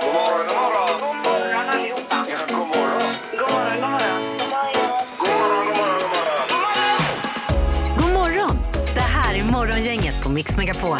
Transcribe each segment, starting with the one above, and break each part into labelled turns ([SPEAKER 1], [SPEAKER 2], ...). [SPEAKER 1] God morgon, god morgon.
[SPEAKER 2] God morgon allihopa.
[SPEAKER 1] Ja, god morgon.
[SPEAKER 2] God morgon, god morgon.
[SPEAKER 1] God morgon, god morgon, god morgon.
[SPEAKER 3] God morgon! Det här är Morgongänget på Mix Megapol.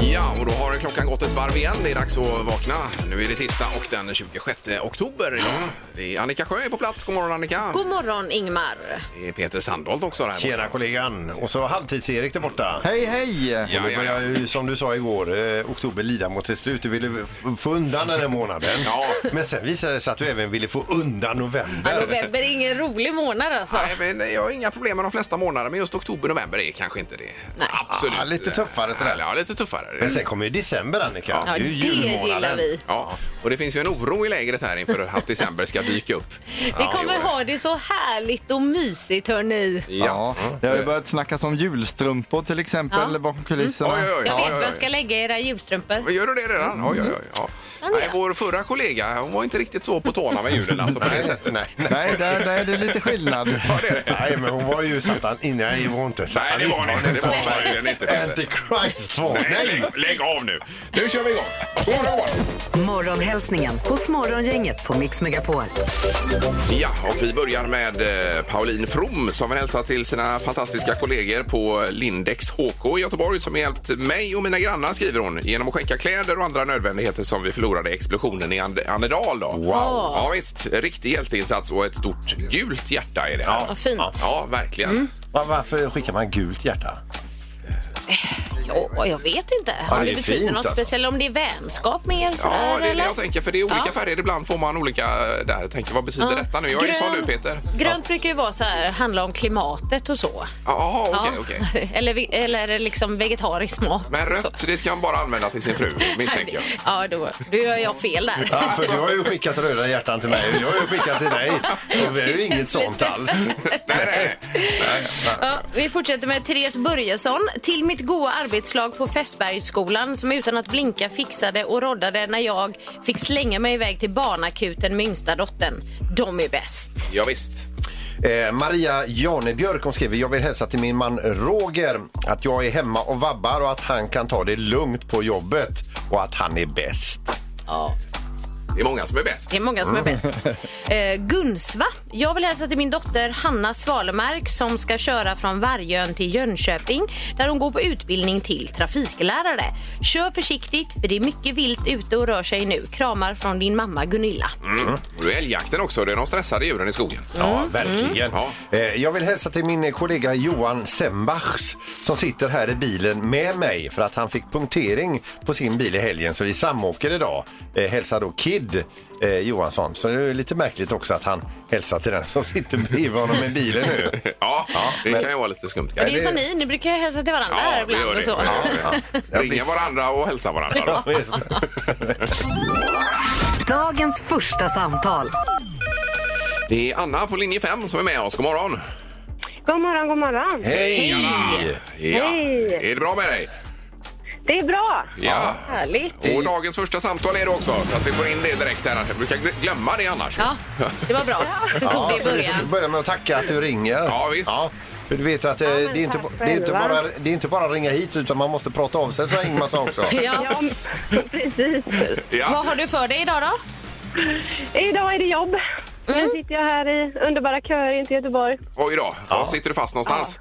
[SPEAKER 4] Ja, och då har klockan gått ett varv igen. Det är dags att vakna. Nu är det tisdag och den 26 oktober idag. Det är Annika Sjö är på plats. God morgon Annika.
[SPEAKER 5] God morgon Ingmar.
[SPEAKER 4] Det är Peter Sandholt också där borta.
[SPEAKER 6] Tjena kollegan! Och så halvtids-Erik där borta.
[SPEAKER 7] Hej, hej!
[SPEAKER 4] Ja,
[SPEAKER 6] Och det
[SPEAKER 4] ja,
[SPEAKER 6] börjar
[SPEAKER 4] ja.
[SPEAKER 6] ju som du sa igår, eh, oktober lida mot sitt slut. Du ville f- få undan den här månaden.
[SPEAKER 4] Ja.
[SPEAKER 6] Men sen visade det sig att du även ville få undan
[SPEAKER 5] Ja,
[SPEAKER 6] november.
[SPEAKER 5] November Alltså, är ingen rolig månad alltså.
[SPEAKER 4] Nej, men jag har inga problem med de flesta månader, men just oktober, november är kanske inte det.
[SPEAKER 5] Nej.
[SPEAKER 4] Absolut.
[SPEAKER 6] Ja, lite tuffare sådär.
[SPEAKER 4] Ja, lite tuffare.
[SPEAKER 6] Men sen kommer ju december Annika.
[SPEAKER 5] Ja,
[SPEAKER 6] är
[SPEAKER 5] det
[SPEAKER 6] ju julmånaden.
[SPEAKER 5] gillar vi.
[SPEAKER 4] Ja, och det finns ju en oro i lägret här inför att december ska dyka upp.
[SPEAKER 5] Vi kommer ha det så härligt och mysigt hörni.
[SPEAKER 7] Ja, det har ju börjat snackas om julstrumpor till exempel
[SPEAKER 5] Ja.
[SPEAKER 7] bakom kulisserna.
[SPEAKER 4] Mm. Oj, oj, oj.
[SPEAKER 5] Jag
[SPEAKER 4] Ja,
[SPEAKER 5] vet
[SPEAKER 4] ja,
[SPEAKER 5] var
[SPEAKER 4] ja.
[SPEAKER 5] jag ska lägga era julstrumpor.
[SPEAKER 4] Men Gör du det redan? Oj, oj, oj. Ja.
[SPEAKER 5] Ja,
[SPEAKER 4] Nej,
[SPEAKER 5] ja.
[SPEAKER 4] vår förra kollega hon var inte riktigt så på tårna med julen alltså, på det sättet.
[SPEAKER 6] Nej, nej.
[SPEAKER 7] Nej, där, där är det lite skillnad.
[SPEAKER 6] nej, men hon var ju satan inne. Nej, hon var inte
[SPEAKER 4] Nej, det var hon inte. Det var hon verkligen inte. Peter.
[SPEAKER 6] Antichrist var hon. Nej!
[SPEAKER 4] lägg, lägg av nu. Nu kör vi igång. God morgon, god morgon.
[SPEAKER 3] Morgonhälsningen hos Morgongänget på Mix Megapol.
[SPEAKER 4] Ja, och vi börjar med eh, Pauline From som vill hälsa till sina fantastiska kollegor på Lindex HK i Göteborg som hjälpt mig och mina grannar, skriver hon, genom att skänka kläder och andra nödvändigheter som vi förlorade i explosionen i And- Annedal. Då. Wow! Ja, visst. Riktig hjälteinsats och ett stort gult hjärta är det. här.
[SPEAKER 5] Vad fint.
[SPEAKER 4] Ja, Mm. verkligen.
[SPEAKER 6] Va- Varför skickar man gult hjärta?
[SPEAKER 5] Ja, jag vet inte.
[SPEAKER 6] det
[SPEAKER 5] Om
[SPEAKER 6] är
[SPEAKER 5] det betyder
[SPEAKER 6] fint,
[SPEAKER 5] något
[SPEAKER 6] alltså.
[SPEAKER 5] speciellt, om det är vänskap med er sådär
[SPEAKER 4] Ja, det är det
[SPEAKER 5] eller?
[SPEAKER 4] jag tänker, för det är olika
[SPEAKER 5] Ja.
[SPEAKER 4] färger. Ibland får man olika eh, där. Jag Tänker, vad betyder
[SPEAKER 5] Ja.
[SPEAKER 4] detta nu? Jag är som
[SPEAKER 5] Grön-
[SPEAKER 4] du, Peter.
[SPEAKER 5] Grönt brukar ju vara så här, handla om klimatet och så.
[SPEAKER 4] Jaha, okej,
[SPEAKER 5] Ja.
[SPEAKER 4] okej.
[SPEAKER 5] eller, vi- eller liksom vegetarisk mat.
[SPEAKER 4] Men
[SPEAKER 5] Så.
[SPEAKER 4] rött, det ska man bara använda till sin fru, misstänker jag.
[SPEAKER 5] Ja, då, då gör jag fel där.
[SPEAKER 6] Ja, för du har ju skickat röda hjärtan till mig och jag har ju skickat till dig. Och vi har ju inget sånt alls.
[SPEAKER 4] Nej, nej, nej.
[SPEAKER 5] Ja, vi fortsätter med Therese Börjesson. Till mitt goa arbetslag på Fässbergsskolan som utan att blinka fixade och roddade när jag fick slänga mig iväg till barnakuten med yngsta dottern. De är bäst.
[SPEAKER 4] Ja, visst.
[SPEAKER 6] Eh, Maria Janebjörk hon skriver Jag vill hälsa till min man Roger att jag är hemma och vabbar och att han kan ta det lugnt på jobbet och att han är bäst.
[SPEAKER 4] Det är många som är bäst.
[SPEAKER 5] Det är många som är bäst. Eh, Gunsva. Jag vill hälsa till min dotter Hanna Svalemark som ska köra från Vargön till Jönköping där hon går på utbildning till trafiklärare. Kör försiktigt för det är mycket vilt ute och rör sig nu. Kramar från din mamma Gunilla.
[SPEAKER 4] Och det är älgjakten också. Det är de stressade djuren i skogen.
[SPEAKER 6] Ja, verkligen.
[SPEAKER 4] Mm.
[SPEAKER 6] Eh, Jag vill hälsa till min kollega Johan Sembachs som sitter här i bilen med mig för att han fick punktering på sin bil i helgen så vi samåker idag. Eh, Hälsar då Kid eh, Johansson. Så det är lite märkligt också att han hälsar till den som sitter bredvid honom i bilen nu.
[SPEAKER 4] Ja, det
[SPEAKER 6] men-
[SPEAKER 4] kan ju vara lite skumt.
[SPEAKER 5] Det är ju som ni, ni brukar ju hälsa till varandra här
[SPEAKER 4] det
[SPEAKER 5] ibland och så.
[SPEAKER 4] Ja, ja. Ringa varandra och hälsa varandra. Då.
[SPEAKER 3] Dagens första samtal.
[SPEAKER 4] Det är Anna på linje 5 som är med oss. God morgon!
[SPEAKER 8] God morgon, god morgon.
[SPEAKER 6] Hej!
[SPEAKER 4] Ja.
[SPEAKER 8] Hej.
[SPEAKER 4] Är det bra med dig?
[SPEAKER 8] Det är bra.
[SPEAKER 4] Ja.
[SPEAKER 5] Härligt.
[SPEAKER 4] Och dagens första samtal är det också, så att vi får in det direkt här. Jag brukar gl- glömma det annars.
[SPEAKER 5] Ja, det var bra. Du tog det i
[SPEAKER 6] så du får
[SPEAKER 5] början.
[SPEAKER 6] börja med att tacka att du ringer.
[SPEAKER 4] Ja, visst.
[SPEAKER 6] För Du vet att eh,
[SPEAKER 8] men
[SPEAKER 6] det, är inte,
[SPEAKER 8] tack
[SPEAKER 6] det, är inte
[SPEAKER 8] själva.
[SPEAKER 6] bara, det är inte bara att ringa hit utan man måste prata av sig, sa Ingmar sa också.
[SPEAKER 5] Ja.
[SPEAKER 8] Ja, precis.
[SPEAKER 4] Ja.
[SPEAKER 5] Vad har du för dig idag då?
[SPEAKER 8] Idag är det jobb. Nu sitter jag här i underbara köer in till Göteborg,
[SPEAKER 4] Oj då, Var sitter du fast någonstans?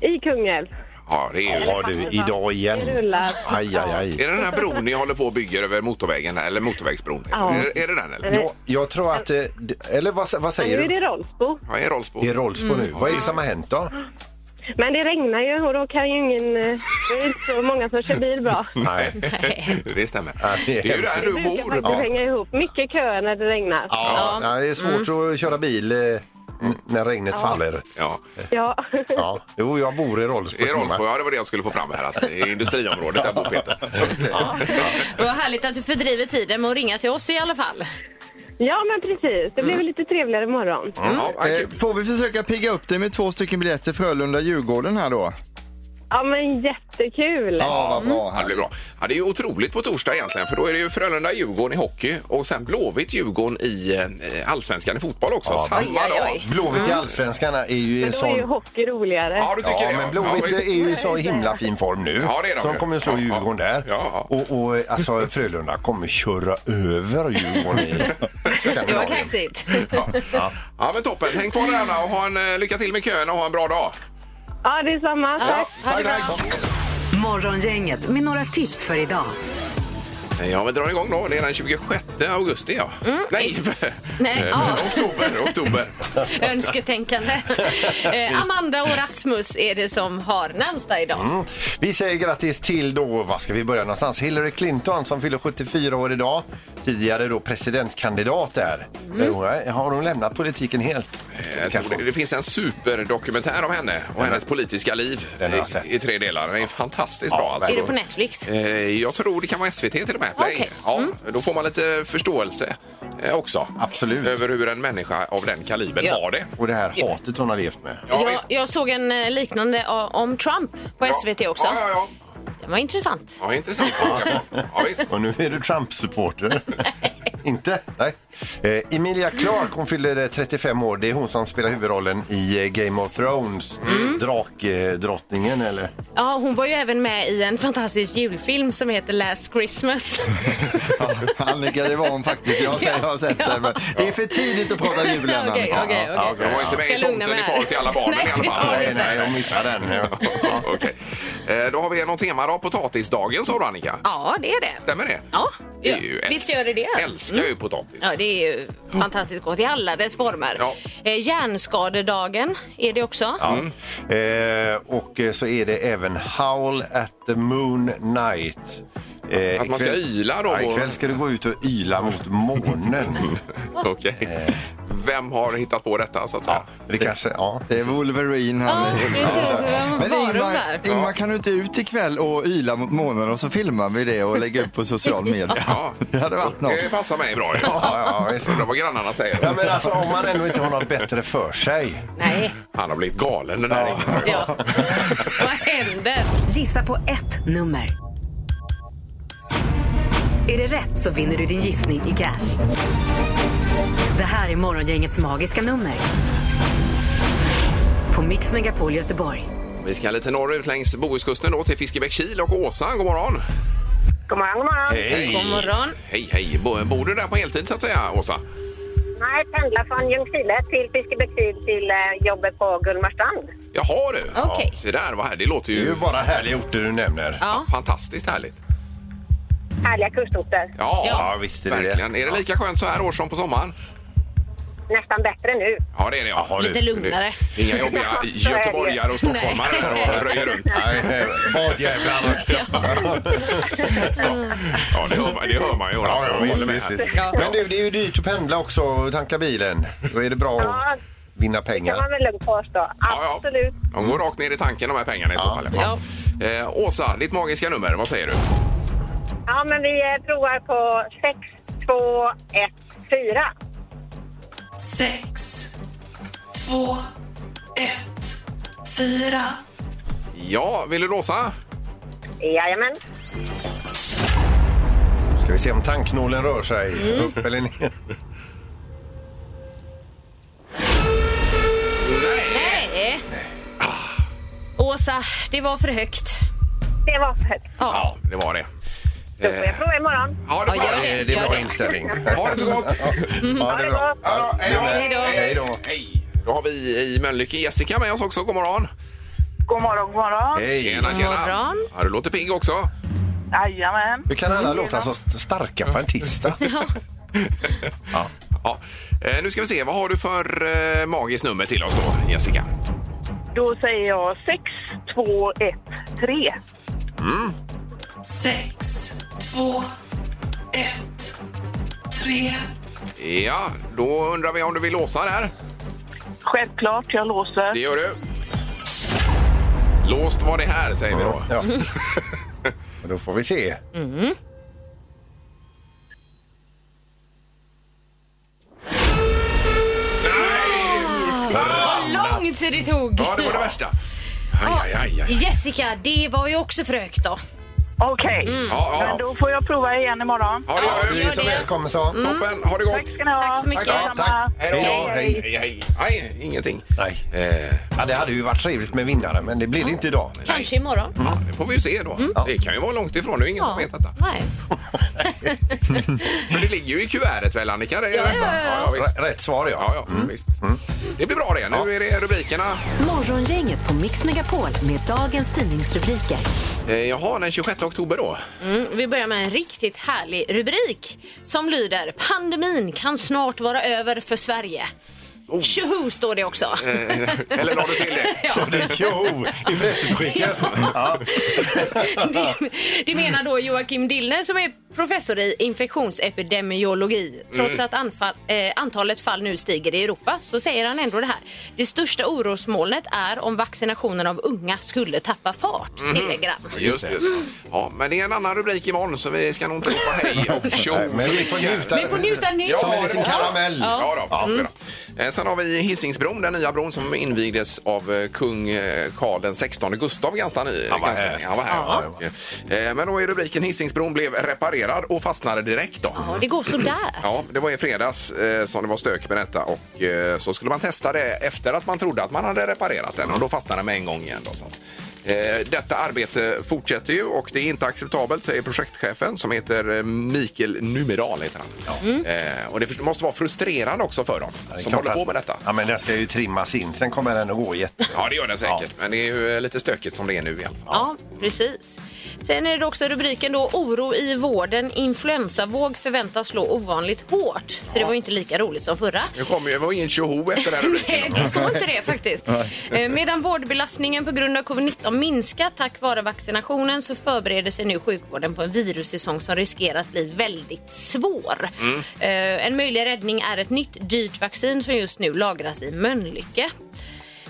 [SPEAKER 8] i Kungälv.
[SPEAKER 4] Ja, det är ju...
[SPEAKER 6] Har du idag igen?
[SPEAKER 8] Det rullar.
[SPEAKER 6] Aj, aj, aj.
[SPEAKER 4] Är det den här bron ni håller på och bygger över motorvägen? Eller motorvägsbron?
[SPEAKER 8] Ja.
[SPEAKER 4] Är, är det den? Eller?
[SPEAKER 6] Jag, jag tror att... eh, d- Eller vad, vad säger
[SPEAKER 8] Nu är Mm.
[SPEAKER 6] du?
[SPEAKER 8] det Rolfsbo.
[SPEAKER 4] Ja, i Rollsbo.
[SPEAKER 6] I Rolfsbo nu. Vad är det som har hänt då?
[SPEAKER 8] Men det regnar ju och då kan ju ingen... eh, Det är inte så många som kör bil bra.
[SPEAKER 6] Nej.
[SPEAKER 4] det stämmer.
[SPEAKER 6] Ja,
[SPEAKER 4] Det är ju där du
[SPEAKER 8] Det brukar
[SPEAKER 4] bor.
[SPEAKER 8] faktiskt hänga ihop. Mycket köer när det regnar.
[SPEAKER 6] Ja. Ja, det är svårt
[SPEAKER 8] Mm.
[SPEAKER 6] att köra bil eh, n- när regnet faller.
[SPEAKER 4] Ja.
[SPEAKER 8] Ja.
[SPEAKER 6] Ja. Jo, jag bor i Rolfsbo.
[SPEAKER 4] I Rolfsbo, ja det var det jag skulle få fram här. Att det är industriområdet där bor Peter.
[SPEAKER 5] Det var härligt att du fördriver tiden med att ringa till oss i alla fall.
[SPEAKER 8] ja, men precis. Det blir väl lite trevligare imorgon.
[SPEAKER 4] Ja, vad
[SPEAKER 7] Eh,
[SPEAKER 4] kul.
[SPEAKER 7] får vi försöka pigga upp dig med två stycken biljetter Frölunda-Djurgården här då?
[SPEAKER 8] Ja, men jättekul.
[SPEAKER 7] Ja, vad bra.
[SPEAKER 4] Ja, det blir bra. Ja, det är ju otroligt på torsdag egentligen för då är det ju Frölunda-Djurgården i hockey och sen Blåvitt-Djurgården i eh, allsvenskan i fotboll också.
[SPEAKER 6] Ja,
[SPEAKER 4] Samma
[SPEAKER 5] oj, oj,
[SPEAKER 4] dag.
[SPEAKER 5] oj.
[SPEAKER 6] Blåvitt i allsvenskan är ju en
[SPEAKER 8] Mm. Men då är ju
[SPEAKER 6] sån...
[SPEAKER 8] hockey roligare.
[SPEAKER 4] Ja, du tycker
[SPEAKER 6] Ja,
[SPEAKER 4] det.
[SPEAKER 6] men Blåvitt
[SPEAKER 4] ja,
[SPEAKER 6] är ju i så himla fin form nu.
[SPEAKER 4] Ja, det är de
[SPEAKER 6] så
[SPEAKER 4] ju.
[SPEAKER 6] de kommer ju slå
[SPEAKER 4] Ja,
[SPEAKER 6] Djurgården
[SPEAKER 4] ja.
[SPEAKER 6] där.
[SPEAKER 4] Ja, ja.
[SPEAKER 6] Och, och alltså Frölunda kommer köra över Djurgården i
[SPEAKER 5] Det var
[SPEAKER 6] Skandinavien.
[SPEAKER 5] kaxigt.
[SPEAKER 4] ja. ja, men toppen. Häng kvar där Anna och ha en, eh, lycka till med köerna och ha en bra dag.
[SPEAKER 8] Ja, det är samma. Tack.
[SPEAKER 5] Ha det bra.
[SPEAKER 3] Morgongänget med några tips för idag.
[SPEAKER 4] Eh, Ja, vi drar igång då. Det är den 26 augusti, ja. Nej,
[SPEAKER 5] Nej, ja.
[SPEAKER 4] Eh, oktober, oktober.
[SPEAKER 5] Önsketänkande. Eh, Amanda och Rasmus är det som har namnsdag idag.
[SPEAKER 6] Mm. Vi säger grattis till då, vad ska vi börja någonstans? Hillary Clinton som fyller 74 år idag. Tidigare då presidentkandidat där.
[SPEAKER 5] Mm.
[SPEAKER 6] Eh, hon har- Har hon lämnat politiken helt?
[SPEAKER 4] Eh, Jag tror det, det finns en superdokumentär om henne och hennes politiska liv
[SPEAKER 6] Den har jag sett.
[SPEAKER 4] i, i tre delar. Den är fantastiskt bra.
[SPEAKER 5] Är det
[SPEAKER 4] Alltså.
[SPEAKER 5] på Netflix?
[SPEAKER 4] Eh, Jag tror det kan vara SVT till och med. Play.
[SPEAKER 5] Okej.
[SPEAKER 4] Ja, Då får man lite förståelse eh, också.
[SPEAKER 6] Absolut.
[SPEAKER 4] Över hur en människa av den kalibern
[SPEAKER 5] Ja.
[SPEAKER 4] har det.
[SPEAKER 6] Och det här hatet hon har levt med.
[SPEAKER 4] Ja,
[SPEAKER 5] jag,
[SPEAKER 4] visst.
[SPEAKER 5] jag såg en eh, liknande eh, om Trump på SVT också.
[SPEAKER 4] Ja, ja, ja.
[SPEAKER 5] Det var intressant.
[SPEAKER 4] ja intressant. Ja, visst.
[SPEAKER 6] Och nu är du Trump-supporter. Inte? Nej. Eh, Emilia Clarke, hon fyller eh, 35 år. Det är hon som spelar huvudrollen i eh, Game of Thrones.
[SPEAKER 4] Mm.
[SPEAKER 6] Drakdrottningen, eller?
[SPEAKER 5] Ja, hon var ju även med i en fantastisk julfilm som heter Last Christmas.
[SPEAKER 7] Annika, det var hon faktiskt. Jag säger jag har sett det. Men det är för tidigt att prata jul än,
[SPEAKER 5] Okej,
[SPEAKER 7] Annika.
[SPEAKER 5] okej,
[SPEAKER 7] Ja,
[SPEAKER 5] okej.
[SPEAKER 4] Jag var inte med i
[SPEAKER 5] Ska lugna
[SPEAKER 4] Tomten
[SPEAKER 5] mig
[SPEAKER 4] är
[SPEAKER 5] här.
[SPEAKER 4] far till alla barnen i alla fall.
[SPEAKER 5] Nej,
[SPEAKER 6] nej, jag missar den. Ja.
[SPEAKER 4] Ja, Okej. Eh, Då har vi någon temadag. Potatisdagen sa du Annika.
[SPEAKER 5] Ja, det är det.
[SPEAKER 4] Stämmer det?
[SPEAKER 5] Ja,
[SPEAKER 4] Det är ju
[SPEAKER 5] ja,
[SPEAKER 4] älsk-
[SPEAKER 5] visst gör det det. Mm.
[SPEAKER 4] Älskar ju potatis.
[SPEAKER 5] Ja, det är ju fantastiskt gott i alla dess former.
[SPEAKER 4] Ja.
[SPEAKER 5] Eh, hjärnskadedagen är det också.
[SPEAKER 6] Eh, och eh, så är det även Howl at the Moon Night. Eh,
[SPEAKER 4] Att man ska yla då?
[SPEAKER 6] Ja, ikväll ska du gå ut och yla mot månen.
[SPEAKER 4] Okej. Vem har hittat på detta så att säga?
[SPEAKER 6] ja, det kanske, ja.
[SPEAKER 7] Det är Wolverine här.
[SPEAKER 5] Ja, precis. Vem
[SPEAKER 7] Men
[SPEAKER 5] var de
[SPEAKER 7] Ingmar,
[SPEAKER 5] där?
[SPEAKER 7] Ingmar, kan du inte ut ikväll och yla mot månen och så filmar vi det och lägger upp på social media?
[SPEAKER 4] Ja.
[SPEAKER 7] Det hade varit något.
[SPEAKER 4] Det passar mig bra ju.
[SPEAKER 6] Ja, ja, visst.
[SPEAKER 4] Undrar vad grannarna säger.
[SPEAKER 6] Ja, men alltså, om man ändå inte har något bättre för sig.
[SPEAKER 5] Nej,
[SPEAKER 4] Han har blivit galen den här Ingmar.
[SPEAKER 5] ja. Vad hände?
[SPEAKER 3] Gissa på ett nummer. Är det rätt så vinner du din gissning i cash. Det här är Morgongängets magiska nummer. På Mix Megapol Göteborg.
[SPEAKER 4] Vi ska lite norrut längs Bohuskusten då till Fiskebäckskil och Åsa. God morgon!
[SPEAKER 8] God morgon, god morgon.
[SPEAKER 5] God morgon.
[SPEAKER 4] Hej, hej! Bo- Bor du där på heltid så att säga, Åsa?
[SPEAKER 8] Nej, pendlar från Ljungskile till Fiskebäckskil till eh, jobbet på Gullmarstrand.
[SPEAKER 4] Jaha du!
[SPEAKER 5] Okej.
[SPEAKER 4] Ja, se där, vad här. Det låter
[SPEAKER 6] Det är
[SPEAKER 4] ju
[SPEAKER 6] ju bara härliga orter du nämner.
[SPEAKER 5] Ja.
[SPEAKER 4] fantastiskt härligt.
[SPEAKER 8] Härliga kustorter.
[SPEAKER 4] Ja,
[SPEAKER 5] Ja,
[SPEAKER 6] visst är det det.
[SPEAKER 4] verkligen. Är det lika skönt så här år som på sommaren?
[SPEAKER 8] Nästan bättre nu.
[SPEAKER 4] Ja, det är det. Ja.
[SPEAKER 6] Jaha,
[SPEAKER 5] Lite
[SPEAKER 6] du.
[SPEAKER 5] lugnare.
[SPEAKER 4] Det är Inga jobbiga göteborgare och stockholmare här och röjer runt.
[SPEAKER 6] Nej, nej, Badjävlar.
[SPEAKER 4] Ja, det hör man, det hör man ju.
[SPEAKER 6] Ja, ja,
[SPEAKER 4] Jag
[SPEAKER 6] visst,
[SPEAKER 4] håller med
[SPEAKER 6] visst,
[SPEAKER 4] här.
[SPEAKER 6] visst. Men du, det är ju dyrt att pendla också och tanka bilen. Då är det bra
[SPEAKER 8] Ja,
[SPEAKER 6] att vinna
[SPEAKER 8] kan man
[SPEAKER 6] pengar.
[SPEAKER 8] väl lugnt påstå.
[SPEAKER 4] Ja, ja.
[SPEAKER 8] Absolut.
[SPEAKER 4] De går rakt ner i tanken de här pengarna i så fall.
[SPEAKER 5] Ja.
[SPEAKER 4] Eh, Åsa, ditt magiska nummer, vad säger du?
[SPEAKER 8] Ja, men vi eh, provar på 6, 2, 1, 4.
[SPEAKER 9] sex, två, ett, fyra.
[SPEAKER 4] Ja, vill du låsa?
[SPEAKER 8] Jajamän.
[SPEAKER 6] Ska vi se om tanknålen rör sig upp eller ner.
[SPEAKER 4] Nej! Ah.
[SPEAKER 5] Nej. Eh. Åsa, det var för högt.
[SPEAKER 8] Det var för högt.
[SPEAKER 4] Ja, det var det.
[SPEAKER 8] Då får jag prova imorgon.
[SPEAKER 4] Ja, det var
[SPEAKER 5] Ja, gör
[SPEAKER 4] det.
[SPEAKER 6] Det, det är
[SPEAKER 5] Gör
[SPEAKER 6] bra
[SPEAKER 5] det.
[SPEAKER 6] inställning.
[SPEAKER 4] Ha det så gott!
[SPEAKER 6] Ja, det är bra.
[SPEAKER 4] Ja, då, hej då.
[SPEAKER 5] Hej då.
[SPEAKER 4] Hej då! Hej. Då har vi i Mölnlycke Jessica med oss också. God morgon!
[SPEAKER 2] God morgon, god morgon.
[SPEAKER 6] Hej.
[SPEAKER 4] Tjena, tjena!
[SPEAKER 5] morgon.
[SPEAKER 4] Ja, du låter pigg också.
[SPEAKER 2] Jajamän.
[SPEAKER 6] Hur kan alla låta så starka på en tisdag?
[SPEAKER 4] Ja. Eh, nu ska vi se, vad har du för eh, magiskt nummer till oss då, Jessica?
[SPEAKER 2] Då säger jag 6, 2, 1, 3.
[SPEAKER 9] Sex, två, ett, tre.
[SPEAKER 4] Ja, då undrar vi om du vill låsa där.
[SPEAKER 2] Självklart, jag låser.
[SPEAKER 4] Det gör du. Låst var det här, säger vi då.
[SPEAKER 6] Ja. Och Då får vi se.
[SPEAKER 4] Nej!
[SPEAKER 5] Vad lång tid det tog.
[SPEAKER 4] Ja, det var det värsta. Aj, aj, aj, aj.
[SPEAKER 5] Jessica, det var ju också frök då.
[SPEAKER 2] Okej,
[SPEAKER 4] Ja,
[SPEAKER 2] men
[SPEAKER 4] ja.
[SPEAKER 2] då får jag prova igen imorgon.
[SPEAKER 4] Ja, det gör du.
[SPEAKER 5] gör
[SPEAKER 4] Så
[SPEAKER 5] det.
[SPEAKER 6] Välkommen så.
[SPEAKER 4] Toppen, ha det gott.
[SPEAKER 2] Tack ska ni ha.
[SPEAKER 5] Tack så mycket.
[SPEAKER 4] Ja,
[SPEAKER 2] Detsamma.
[SPEAKER 4] Hej då.
[SPEAKER 6] Hej då,
[SPEAKER 4] Hej,
[SPEAKER 6] hej.
[SPEAKER 4] hej, hej. Nej, ingenting.
[SPEAKER 6] Nej.
[SPEAKER 4] Eh,
[SPEAKER 6] Ja, det hade ju varit trevligt med vinnare, men det blir det inte idag.
[SPEAKER 5] Kanske imorgon.
[SPEAKER 4] ja, det får vi ju se då. Det kan ju vara långt ifrån. Det är ju ingen som vet detta.
[SPEAKER 5] Nej.
[SPEAKER 4] Men det ligger ju i kuvertet väl, Annika? Det är
[SPEAKER 5] Ja,
[SPEAKER 4] rätt,
[SPEAKER 5] ja,
[SPEAKER 4] va?
[SPEAKER 5] ja.
[SPEAKER 4] visst.
[SPEAKER 6] R- rätt svar, ja.
[SPEAKER 4] Ja, ja, visst. Det blir bra det. Nu är det rubrikerna.
[SPEAKER 3] Morgongänget på Mix Megapol med dagens tidningsrubriker.
[SPEAKER 4] Eh, jaha, den 26 oktober då.
[SPEAKER 5] Mm, vi börjar med en riktigt härlig rubrik som lyder Pandemin kan snart vara över för Sverige.
[SPEAKER 6] Oh.
[SPEAKER 5] Tjoho står det också.
[SPEAKER 4] Eller la du till det?
[SPEAKER 6] Eh, Står det jo i pressutskicket? Ja.
[SPEAKER 5] det, det menar då Joakim Dillner som är professor i
[SPEAKER 6] Mm.
[SPEAKER 5] infektionsepidemiologi. Trots att anfall, eh, antalet fall nu stiger i Europa så säger han ändå det här. Det största orosmolnet är om vaccinationen av unga skulle tappa fart,
[SPEAKER 6] Mm.
[SPEAKER 5] tillägger han.
[SPEAKER 4] Just det. Ja, men det är en annan rubrik imorgon så vi ska nog inte ropa hej och tjo.
[SPEAKER 6] Nej, Men vi får njuta.
[SPEAKER 5] Vi får njuta nu.
[SPEAKER 4] Ja,
[SPEAKER 6] Som en
[SPEAKER 4] det
[SPEAKER 6] liten
[SPEAKER 4] var-
[SPEAKER 6] karamell.
[SPEAKER 4] Ja, då, ja. då. Eh, Sen har vi Hisingsbron, den nya bron som invigdes av eh, kung eh, Karl den 16 Gustav ganska ny.
[SPEAKER 6] Han var
[SPEAKER 4] ganska
[SPEAKER 6] här.
[SPEAKER 4] ny. Han var här. va? Eh, Men då är rubriken Hisingsbron blev reparerad och fastnade direkt då.
[SPEAKER 5] Ja, det går sådär.
[SPEAKER 4] Ja, det var i fredags eh, som det var stök med detta och eh, så skulle man testa det efter att man trodde att man hade reparerat den och då fastnade den med en gång igen. Då, så. Eh, Detta arbete fortsätter ju och det är inte acceptabelt säger projektchefen som heter eh, Mikael Numeral. Heter han. Eh, Och det för- måste vara frustrerande också för dem
[SPEAKER 6] Det är
[SPEAKER 4] som
[SPEAKER 6] klart
[SPEAKER 4] håller på
[SPEAKER 6] att-
[SPEAKER 4] med detta.
[SPEAKER 6] Ja, men den ska ju trimmas in. Sen kommer den att gå jätte...
[SPEAKER 4] Ja, det gör den säkert, men det är ju eh, lite stökigt som det är nu i alla fall.
[SPEAKER 5] Ja, precis. Sen är det också rubriken då Oro i vården. Influensavåg förväntas slå ovanligt hårt. Så det var ju inte lika roligt som förra.
[SPEAKER 4] Nu kommer ju, det var ingen tjoho efter den här rubriken.
[SPEAKER 5] Nej, det står inte det faktiskt. Eh, Medan vårdbelastningen på grund av covid-19 minskar tack vare vaccinationen så förbereder sig nu sjukvården på en virussäsong som riskerar att bli väldigt svår. Eh, En möjlig räddning är ett nytt dyrt vaccin som just nu lagras i Mölnlycke.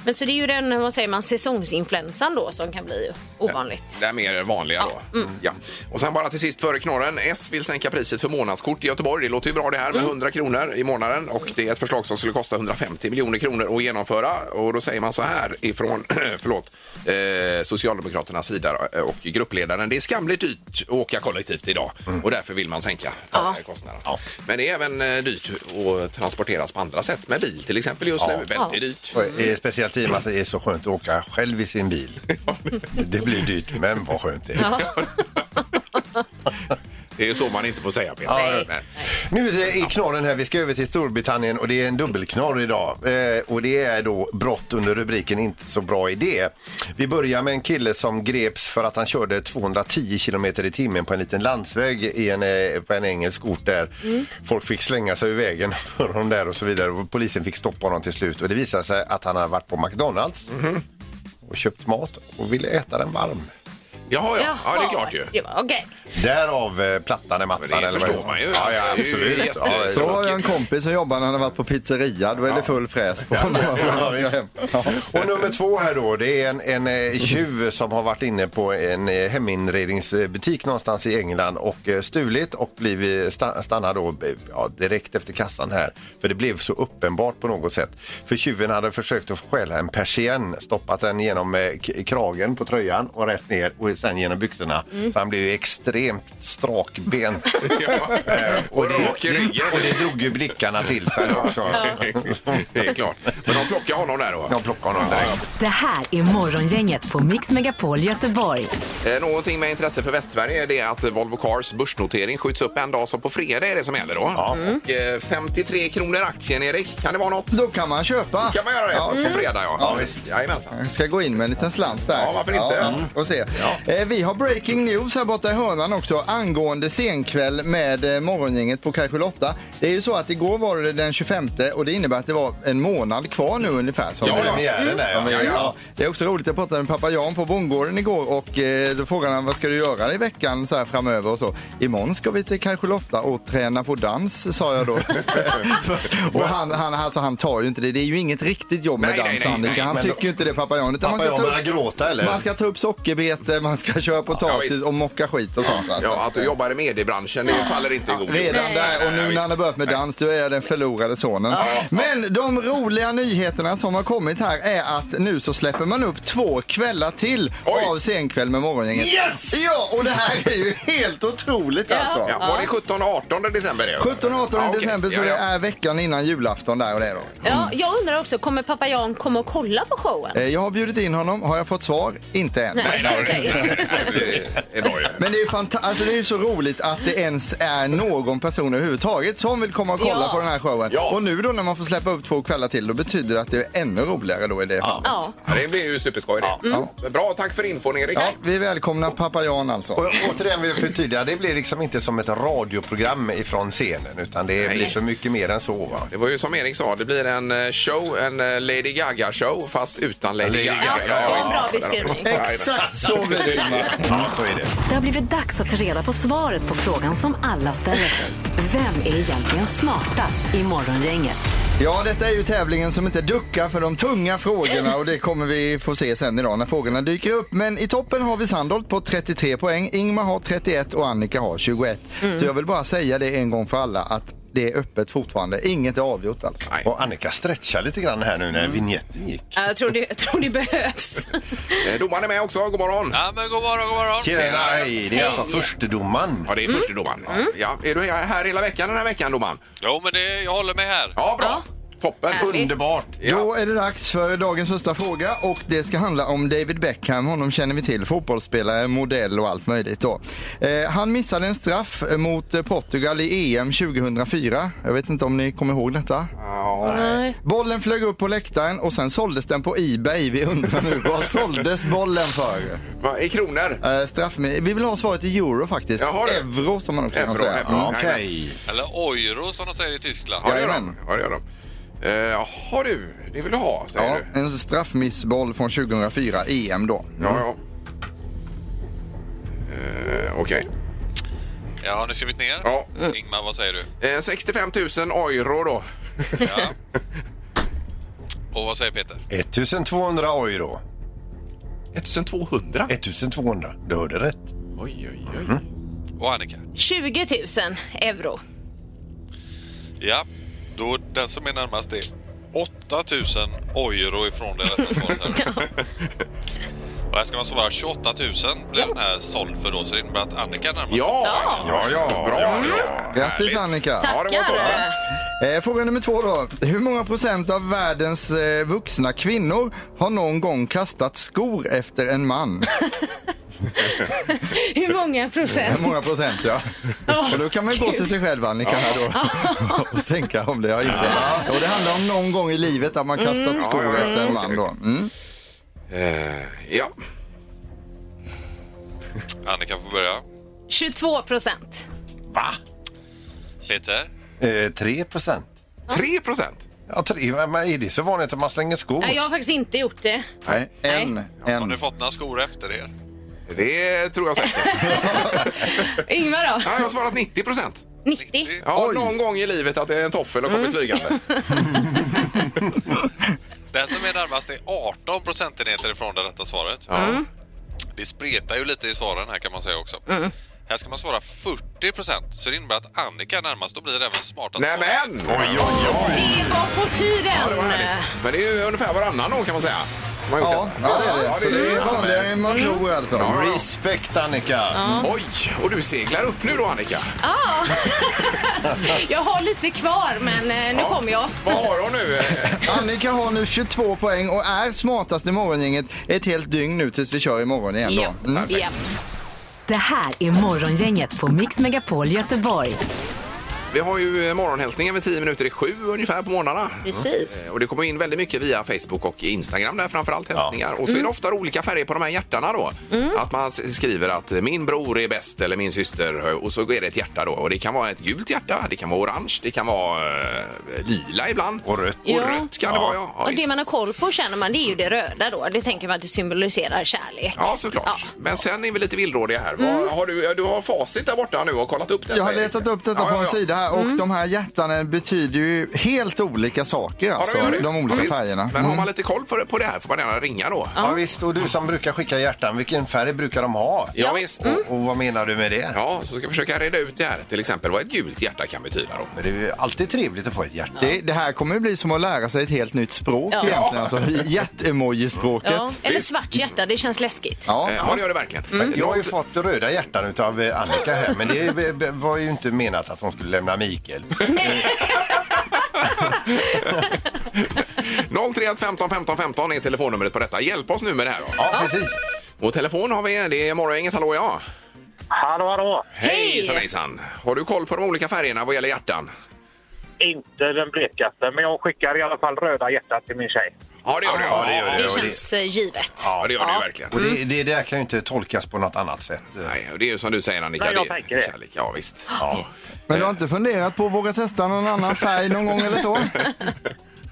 [SPEAKER 5] Men så det är ju den, vad säger man, säsongsinfluensan då som kan bli ovanligt.
[SPEAKER 4] Det är mer vanliga då.
[SPEAKER 5] mm.
[SPEAKER 4] Mm, Ja. Och sen bara till sist före knorren. S vill sänka priset för månadskort i Göteborg. Det låter ju bra det här med
[SPEAKER 5] Mm.
[SPEAKER 4] 100 kronor i månaden och det är ett förslag som skulle kosta 150 miljoner kronor att genomföra. Och då säger man så här ifrån, förlåt, eh, Socialdemokraternas sida då, eh, och gruppledaren. Det är skamligt dyrt att åka kollektivt idag och därför vill man sänka
[SPEAKER 5] Mm. Ja.
[SPEAKER 4] eh, kostnaderna. Men det är även eh, dyrt att transporteras på andra sätt med bil till exempel just nu. Väldigt
[SPEAKER 5] Ja.
[SPEAKER 4] dyrt.
[SPEAKER 6] Och, eh, Speciellt i och med att det är så skönt att åka själv i sin bil. Det blir dyrt, men vad skönt det är.
[SPEAKER 4] Det är ju så man inte får säga Peter.
[SPEAKER 5] Nej.
[SPEAKER 4] Men-
[SPEAKER 6] Nu är knorren här. Vi ska över till Storbritannien och det är en dubbelknorr idag. Eh, och det är då brott under rubriken inte så bra idé. Vi börjar med en kille som greps för att han körde 210 kilometer i timmen på en liten landsväg i en, eh, på en engelsk ort där
[SPEAKER 4] Mm.
[SPEAKER 6] folk fick slänga sig i vägen för honom där och så vidare. Och polisen fick stoppa honom till slut och det visade sig att han hade varit på McDonalds
[SPEAKER 4] Mhm.
[SPEAKER 6] och köpt mat och ville äta den varm.
[SPEAKER 4] Jaha, ja. ja, det är
[SPEAKER 5] Jaha,
[SPEAKER 4] klart ju.
[SPEAKER 5] det var- Okej.
[SPEAKER 6] Därav eh, plattan i mattan.
[SPEAKER 4] Men det
[SPEAKER 6] eller vad
[SPEAKER 4] förstår
[SPEAKER 6] heter.
[SPEAKER 4] man ju.
[SPEAKER 6] Ja, ja,
[SPEAKER 4] Det är ju
[SPEAKER 6] absolut.
[SPEAKER 4] jätte-
[SPEAKER 6] Ja,
[SPEAKER 7] Så har jag en kompis som jobbar när han har varit på pizzeria. Då är det full fräs på honom.
[SPEAKER 6] Ja, visst. Och nummer två här då, det är en, en eh, tjuv som har varit inne på en eh, heminredningsbutik någonstans i England och eh, stulit och blivit sta- stannad då eh, ja, direkt efter kassan här. För det blev så uppenbart på något sätt. För tjuven hade försökt att stjäla en persienn, stoppat den genom eh, k- kragen på tröjan och rätt ner och sen genom byxorna.
[SPEAKER 4] Mm.
[SPEAKER 6] Så han blev ju extremt strakbent.
[SPEAKER 4] Ja.
[SPEAKER 6] Eh,
[SPEAKER 4] Och rak i ryggen.
[SPEAKER 6] och det drog ju blickarna till sig också.
[SPEAKER 4] Mm, det är klart. Men de plockar honom där då?
[SPEAKER 6] De plockade honom direkt.
[SPEAKER 3] Det här är Morgongänget på Mix Megapol Göteborg.
[SPEAKER 4] Eh, någonting med intresse för Västsverige är det att Volvo Cars börsnotering skjuts upp en dag, så på fredag är det som gäller då. Och, eh, 53 kronor aktien, Erik. Kan det vara något?
[SPEAKER 7] Då kan man köpa.
[SPEAKER 4] Kan man göra det?
[SPEAKER 7] Ja,
[SPEAKER 4] På fredag, ja.
[SPEAKER 7] Ja, visst.
[SPEAKER 4] Jajamensan.
[SPEAKER 7] Jag ska gå in med en liten slant där.
[SPEAKER 4] Ja, varför inte?
[SPEAKER 7] och se. Eh, vi har breaking news här borta i hörnan också angående senkväll med eh, Morgongänget på Kanske Lotta. Det är ju så att igår var det den 25 och det innebär att det var en månad kvar nu ungefär. Som
[SPEAKER 4] Ja,
[SPEAKER 7] det-
[SPEAKER 4] ja. Mm.
[SPEAKER 6] Premiären där, ja.
[SPEAKER 7] Ja, men,
[SPEAKER 4] ja.
[SPEAKER 7] ja. Det är också roligt, jag pratade med pappa Jan på bondgården igår och eh, då frågade han vad ska du göra i veckan så här framöver och så. Imorgon ska vi till Kajsjolotta och träna på dans sa jag då. och han, han, alltså, han tar ju inte det, det är ju inget riktigt jobb med
[SPEAKER 4] Nej, nej,
[SPEAKER 7] dans
[SPEAKER 4] nej,
[SPEAKER 7] Annika.
[SPEAKER 4] nej,
[SPEAKER 7] Han
[SPEAKER 6] men
[SPEAKER 7] tycker
[SPEAKER 6] då-
[SPEAKER 7] ju inte det pappa Jan. Utan
[SPEAKER 6] Pappa,
[SPEAKER 7] man, ska
[SPEAKER 6] jag
[SPEAKER 7] ta
[SPEAKER 6] börjar
[SPEAKER 7] upp,
[SPEAKER 6] gråta eller?
[SPEAKER 7] man ska ta upp sockerbetor, man ska köra potatis
[SPEAKER 4] visst.
[SPEAKER 7] och mocka skit och sånt. Alltså.
[SPEAKER 4] Ja, att du jobbar i mediebranschen, det faller inte i god jord.
[SPEAKER 7] Redan
[SPEAKER 5] Nej.
[SPEAKER 7] där och
[SPEAKER 4] Nej,
[SPEAKER 7] nu när
[SPEAKER 4] visst.
[SPEAKER 7] han har börjat med dans, då är jag den förlorade sonen. Men de roliga nyheterna som har kommit här är att nu så släpper man upp två kvällar till
[SPEAKER 4] Oj.
[SPEAKER 7] av Senkväll med Morgongänget.
[SPEAKER 4] Yes!
[SPEAKER 7] Ja, och det här är ju helt otroligt alltså.
[SPEAKER 4] Ja, var det 17 och 18 december? det?
[SPEAKER 7] 17 och 18
[SPEAKER 4] Ja, okej.
[SPEAKER 7] december, så
[SPEAKER 4] Ja, ja.
[SPEAKER 7] det är veckan innan julafton där och det då.
[SPEAKER 5] Ja,
[SPEAKER 4] Mm.
[SPEAKER 5] jag undrar också, kommer pappa Jan komma och kolla på showen?
[SPEAKER 7] Eh, Jag har bjudit in honom, har jag fått svar? Inte än.
[SPEAKER 5] Eh, Nej, okej.
[SPEAKER 4] Det är bra ju.
[SPEAKER 7] Men det är, ju fanta- alltså det är ju så roligt att det ens är någon person överhuvudtaget som vill komma och kolla
[SPEAKER 5] Ja.
[SPEAKER 7] på den här showen.
[SPEAKER 4] Ja.
[SPEAKER 7] Och nu då när man får släppa upp två kvällar till, då betyder det att det är ännu roligare då i det fallet.
[SPEAKER 5] Ja.
[SPEAKER 4] Ja, Det blir ju superskoj det.
[SPEAKER 7] Mm.
[SPEAKER 4] Men Bra, tack för infon Erik.
[SPEAKER 7] Ja, vi välkomnar pappa Jan
[SPEAKER 6] Och
[SPEAKER 7] alltså.
[SPEAKER 6] jag återigen vill jag förtydliga, det blir liksom inte som ett radioprogram ifrån scenen utan det blir så mycket mer än så. Va?
[SPEAKER 4] Det var ju som Erik sa, det blir en eh, show, en eh, Lady Gaga-show fast utan Lady,
[SPEAKER 6] Lady
[SPEAKER 4] Gaga.
[SPEAKER 5] Ja,
[SPEAKER 6] Gaga,
[SPEAKER 5] det är en bra
[SPEAKER 4] visst.
[SPEAKER 5] beskrivning.
[SPEAKER 4] Ja,
[SPEAKER 7] Exakt så blir det Ingmar.
[SPEAKER 6] Ja, så är det.
[SPEAKER 3] Det har blivit dags att ta reda på svaret på frågan som alla ställer sig. Vem är egentligen smartast i Morgongänget?
[SPEAKER 7] Ja, detta är ju tävlingen som inte duckar för de tunga frågorna och det kommer vi få se sen idag när frågorna dyker upp. Men i toppen har vi Sandholt på 33 poäng, Ingmar har 31 och Annika har 21. Så jag vill bara säga det en gång för alla att det är öppet fortfarande. Inget är avgjort alltså.
[SPEAKER 4] Nej.
[SPEAKER 6] Och Annika stretchar lite grann här nu när vignetten gick.
[SPEAKER 5] Ja, Jag tror det, jag tror det behövs.
[SPEAKER 4] Eh, Domaren är med också, god morgon.
[SPEAKER 10] Ja, men god morgon, god morgon.
[SPEAKER 6] Tjena, hej! Det är alltså förstedomaren.
[SPEAKER 4] Ja, det är förste domaren. Ja, är du här hela veckan den här veckan domaren?
[SPEAKER 10] Jo, men det, jag håller mig här.
[SPEAKER 4] Ja, bra. Toppen.
[SPEAKER 5] Härligt.
[SPEAKER 4] Underbart.
[SPEAKER 7] Då
[SPEAKER 4] Ja.
[SPEAKER 7] är det dags för dagens första fråga och det ska handla om David Beckham. Honom känner vi till, fotbollsspelare, modell och allt möjligt då. Eh, han missade en straff mot eh, Portugal i EM 2004. Jag vet inte om ni kommer ihåg detta?
[SPEAKER 5] Nej.
[SPEAKER 7] Bollen flög upp på läktaren och sen såldes den på Ebay. Vi undrar nu, vad såldes bollen för?
[SPEAKER 4] Va, I kronor?
[SPEAKER 7] Eh, straff med, vi vill ha svaret i euro faktiskt.
[SPEAKER 4] Jaha, du.
[SPEAKER 7] Euro som man också kan
[SPEAKER 4] Euro,
[SPEAKER 7] säga.
[SPEAKER 4] euro.
[SPEAKER 7] Ja.
[SPEAKER 6] Okej.
[SPEAKER 10] Eller euro som de säger i Tyskland.
[SPEAKER 4] Ja, det gör de.
[SPEAKER 7] Jajamän.
[SPEAKER 4] Ja, det gör de. Eh, Jaha du, det vill du ha säger
[SPEAKER 7] Ja,
[SPEAKER 4] du?
[SPEAKER 7] en straffmissboll från 2004, EM då.
[SPEAKER 4] Ja, ja. Eh, Okej.
[SPEAKER 10] Ja, har ni skrivit ner? Mm.
[SPEAKER 4] Ja.
[SPEAKER 10] Ingmar, vad säger du?
[SPEAKER 4] Eh, 65 000 euro då.
[SPEAKER 10] Ja. Och vad säger Peter?
[SPEAKER 6] 1200 euro.
[SPEAKER 4] 1200?
[SPEAKER 6] 1200. Du hörde rätt.
[SPEAKER 4] Oj, oj, oj.
[SPEAKER 10] Och Annika?
[SPEAKER 5] 20 000 euro.
[SPEAKER 10] Ja, då den som är närmast är 8000 euro ifrån det rätta svaret här. Och här ska man svara 28 000 blir den här såld för då, så det innebär att Annika är närmast.
[SPEAKER 4] Ja!
[SPEAKER 6] Ja, ja.
[SPEAKER 4] Bra!
[SPEAKER 7] Mm.
[SPEAKER 4] Ja.
[SPEAKER 7] Grattis Annika!
[SPEAKER 4] Ja, det var toppen.
[SPEAKER 5] Tackar!
[SPEAKER 7] Eh, fråga nummer två då. Hur många procent av världens eh, vuxna kvinnor har någon gång kastat skor efter en man?
[SPEAKER 5] Hur många
[SPEAKER 7] Hur
[SPEAKER 5] procent?
[SPEAKER 7] många procent ja. Och då kan man ju gå till sig själv Annika här då och tänka om det har gjort det. Och det handlar om någon gång i livet att man kastat skor
[SPEAKER 4] Ja, ja, ja.
[SPEAKER 7] efter en man då. Mm.
[SPEAKER 4] Eh, ja.
[SPEAKER 10] Annika får börja.
[SPEAKER 5] 22 procent.
[SPEAKER 10] Peter?
[SPEAKER 6] Eh, 3 procent.
[SPEAKER 4] 3 procent?
[SPEAKER 6] Ja, 3. Men men är det så vanligt att man slänger skor?
[SPEAKER 5] Nej, jag har faktiskt inte gjort det.
[SPEAKER 7] Nej, en.
[SPEAKER 10] Har ni
[SPEAKER 7] en.
[SPEAKER 10] fått några skor efter er?
[SPEAKER 4] Det tror jag säkert.
[SPEAKER 5] Ingvar då?
[SPEAKER 4] Ja, jag har svarat 90 procent.
[SPEAKER 5] 90.
[SPEAKER 4] Ja,
[SPEAKER 7] Oj. Mm.
[SPEAKER 4] någon gång i livet att det är en toffel och kommit flygande.
[SPEAKER 10] Den som är närmast är 18 procentenheter ifrån det rätta svaret. Det spretar ju lite i svaren här kan man säga också. Här ska man svara 40 procent, så det innebär att Annika är närmast. Då blir det även smartast.
[SPEAKER 4] Nej men! Oj, oj, oj!
[SPEAKER 5] Det var på
[SPEAKER 4] Ja, det var
[SPEAKER 5] tiden!
[SPEAKER 4] härligt. Men det är ju ungefär varannan år kan man säga. som har gjort
[SPEAKER 7] Ja,
[SPEAKER 4] detta.
[SPEAKER 7] ja, det är det. Så det är
[SPEAKER 4] det.
[SPEAKER 7] vanligare än man tror alltså.
[SPEAKER 6] Respekt Annika!
[SPEAKER 4] Oj, och du seglar upp nu då Annika.
[SPEAKER 5] Ja. Jag har lite kvar, men eh, nu
[SPEAKER 4] Ja.
[SPEAKER 5] kommer jag.
[SPEAKER 4] Vad har hon nu? Eh,
[SPEAKER 7] Annika har nu 22 poäng och är smartast i morgongänget ett helt dygn nu tills vi kör imorgon igen
[SPEAKER 5] Ja.
[SPEAKER 7] då. Mm.
[SPEAKER 5] Ja.
[SPEAKER 3] Det här är Morgongänget på Mix Megapol Göteborg.
[SPEAKER 4] Vi har ju eh, morgonhälsningen vid 10 minuter i sju ungefär på morgnarna.
[SPEAKER 5] Precis.
[SPEAKER 4] Eh, Och det kommer in väldigt mycket via Facebook och Instagram där framförallt hälsningar. Och så är det ofta olika färger på de här hjärtarna då. Att man s- skriver att min bror är bäst eller min syster och så är det ett hjärta då. Och det kan vara ett gult hjärta, det kan vara orange, det kan vara eh, lila ibland. Och rött. Och
[SPEAKER 5] Ja.
[SPEAKER 4] rött kan det vara ja. ja
[SPEAKER 5] Och det
[SPEAKER 4] visst.
[SPEAKER 5] man har koll på känner man, det är ju det röda då. Det tänker man att det symboliserar kärlek.
[SPEAKER 4] Ja, såklart.
[SPEAKER 5] Ja.
[SPEAKER 4] Men sen är vi lite villrådiga här. Vad- Har du, du har facit där borta nu och kollat upp det?
[SPEAKER 7] Jag har letat upp detta på en sida här, och
[SPEAKER 4] Mm.
[SPEAKER 7] de här hjärtan betyder ju helt olika saker, alltså,
[SPEAKER 4] gör det.
[SPEAKER 7] de olika
[SPEAKER 4] Visst.
[SPEAKER 7] färgerna. Mm.
[SPEAKER 4] Men har man lite koll för, på det här får man gärna ringa då.
[SPEAKER 6] Ja, visst, och du som brukar skicka hjärtan, vilken färg brukar de ha?
[SPEAKER 4] Ja, visst.
[SPEAKER 6] Och, och vad menar du med det?
[SPEAKER 4] Ja, så ska vi försöka reda ut det här. Till exempel vad ett gult hjärta kan betyda då.
[SPEAKER 6] Men det är ju alltid trevligt att få ett hjärta.
[SPEAKER 7] Det, det här kommer ju bli som att lära sig ett helt nytt språk
[SPEAKER 5] Ja.
[SPEAKER 7] egentligen, alltså hjärtemojispråket.
[SPEAKER 5] Ja.
[SPEAKER 7] Ja.
[SPEAKER 5] Eller svart hjärta, det känns läskigt.
[SPEAKER 7] Ja.
[SPEAKER 4] Eh, Ja, det gör det verkligen.
[SPEAKER 6] Mm. Jag har ju fått röda hjärtan av Annika här, men det b- b- var ju inte menat att hon skulle lämna Mikael.
[SPEAKER 4] 031 15 15 15 är telefonnumret på detta. Hjälp oss nu med det här då.
[SPEAKER 6] Ja, precis.
[SPEAKER 4] Och telefon har vi, det är Morgongänget, hallå ja.
[SPEAKER 2] Hallå, hallå.
[SPEAKER 5] Hej!
[SPEAKER 4] Hejsan hejsan. Har du koll på de olika färgerna vad gäller hjärtan?
[SPEAKER 2] Inte den blekaste, men jag skickar i alla fall röda hjärtat till min tjej.
[SPEAKER 4] Ja, det gör du. Ja, det gör du.
[SPEAKER 5] Det känns eh, givet.
[SPEAKER 4] Ja, det gör du ju verkligen.
[SPEAKER 6] Och det, det där kan ju inte tolkas på något annat sätt.
[SPEAKER 4] Nej, och det är ju som du säger Annika.
[SPEAKER 2] Nej, jag
[SPEAKER 4] är
[SPEAKER 2] tänker det.
[SPEAKER 4] kärlek. Ja, visst. Ja.
[SPEAKER 7] Men du har inte funderat på att våga testa någon annan färg någon gång eller så?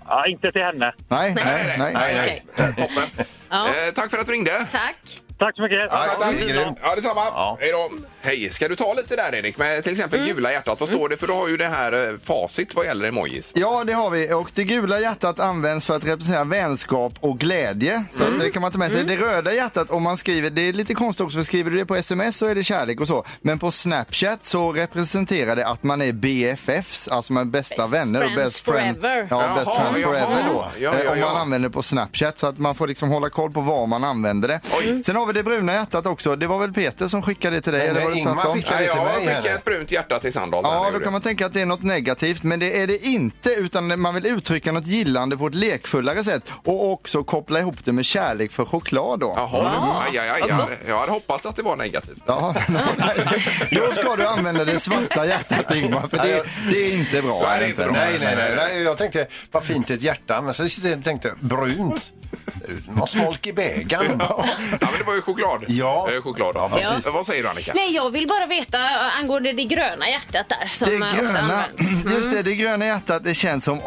[SPEAKER 2] Ja, inte till henne.
[SPEAKER 7] Nej, nej, nej.
[SPEAKER 5] Okej.
[SPEAKER 4] Toppen.
[SPEAKER 5] Ja.
[SPEAKER 4] Eh, tack för att du ringde.
[SPEAKER 5] Tack.
[SPEAKER 2] Tack så mycket.
[SPEAKER 6] Ja, det är grymt.
[SPEAKER 4] Ja, detsamma. Hej då. Hej. Ska du ta lite där, Erik, med till exempel gula hjärtat? Vad står det? För du har ju det här eh, facit vad gäller emojis.
[SPEAKER 7] Ja, det har vi. Och det gula hjärtat används för att representera vänskap och glädje. Så
[SPEAKER 4] Mm.
[SPEAKER 7] att det kan man ta med sig. Det röda hjärtat, om man skriver, det är lite konstigt också, för skriver du det på sms så är det kärlek och så. Men på Snapchat så representerar det att man är BFFs, alltså man är bästa
[SPEAKER 5] Best
[SPEAKER 7] vänner. och
[SPEAKER 5] friends
[SPEAKER 7] best friend,
[SPEAKER 5] forever.
[SPEAKER 7] Ja, best
[SPEAKER 4] Jaha,
[SPEAKER 7] friends
[SPEAKER 4] jaha.
[SPEAKER 7] forever då.
[SPEAKER 4] Ja, ja,
[SPEAKER 7] Eh, Om
[SPEAKER 4] ja.
[SPEAKER 7] man använder det på Snapchat. Så att man får liksom hålla koll på var man använder det. Sen har vi det bruna hjärtat också. Det var väl Peter som skickade det till dig?
[SPEAKER 6] Nej,
[SPEAKER 7] eller var det
[SPEAKER 6] nej, Ingmar
[SPEAKER 7] tvärtom?
[SPEAKER 6] skickade- Kan du
[SPEAKER 4] Nej,
[SPEAKER 6] inte
[SPEAKER 4] jag
[SPEAKER 6] mig
[SPEAKER 4] skickade
[SPEAKER 6] heller?
[SPEAKER 4] ett brunt hjärta till Sandholt. här,
[SPEAKER 7] Ja,
[SPEAKER 4] gjorde
[SPEAKER 7] då kan man
[SPEAKER 4] jag.
[SPEAKER 7] tänka att det är något negativt, men det är det inte, utan man vill uttrycka något gillande på ett lekfullare sätt och också koppla ihop det med kärlek för choklad då.
[SPEAKER 4] Jaha, aj, aj, aj, jag, jag hade hoppats att det var negativt.
[SPEAKER 7] Ja, nej, då ska du använda det svarta hjärtat Ingmar, för det, det är inte bra.
[SPEAKER 4] Nej,
[SPEAKER 7] är
[SPEAKER 4] det är
[SPEAKER 7] inte.
[SPEAKER 4] inte bra.
[SPEAKER 6] Nej, nej, nej, nej. Jag tänkte, vad fint ett hjärta. Men så tänkte jag, brunt. Någon smolk i bägaren.
[SPEAKER 4] Ja, men det var ju choklad.
[SPEAKER 6] Ja.
[SPEAKER 4] Eh, choklad.
[SPEAKER 6] Ja, precis.
[SPEAKER 4] Eh, Vad säger du, Annika?
[SPEAKER 5] Nej, jag vill bara veta eh, angående det gröna hjärtat där som
[SPEAKER 7] Det
[SPEAKER 5] eh, ofta
[SPEAKER 7] gröna,
[SPEAKER 5] används. Mm.
[SPEAKER 7] just det, det gröna hjärtat det känns som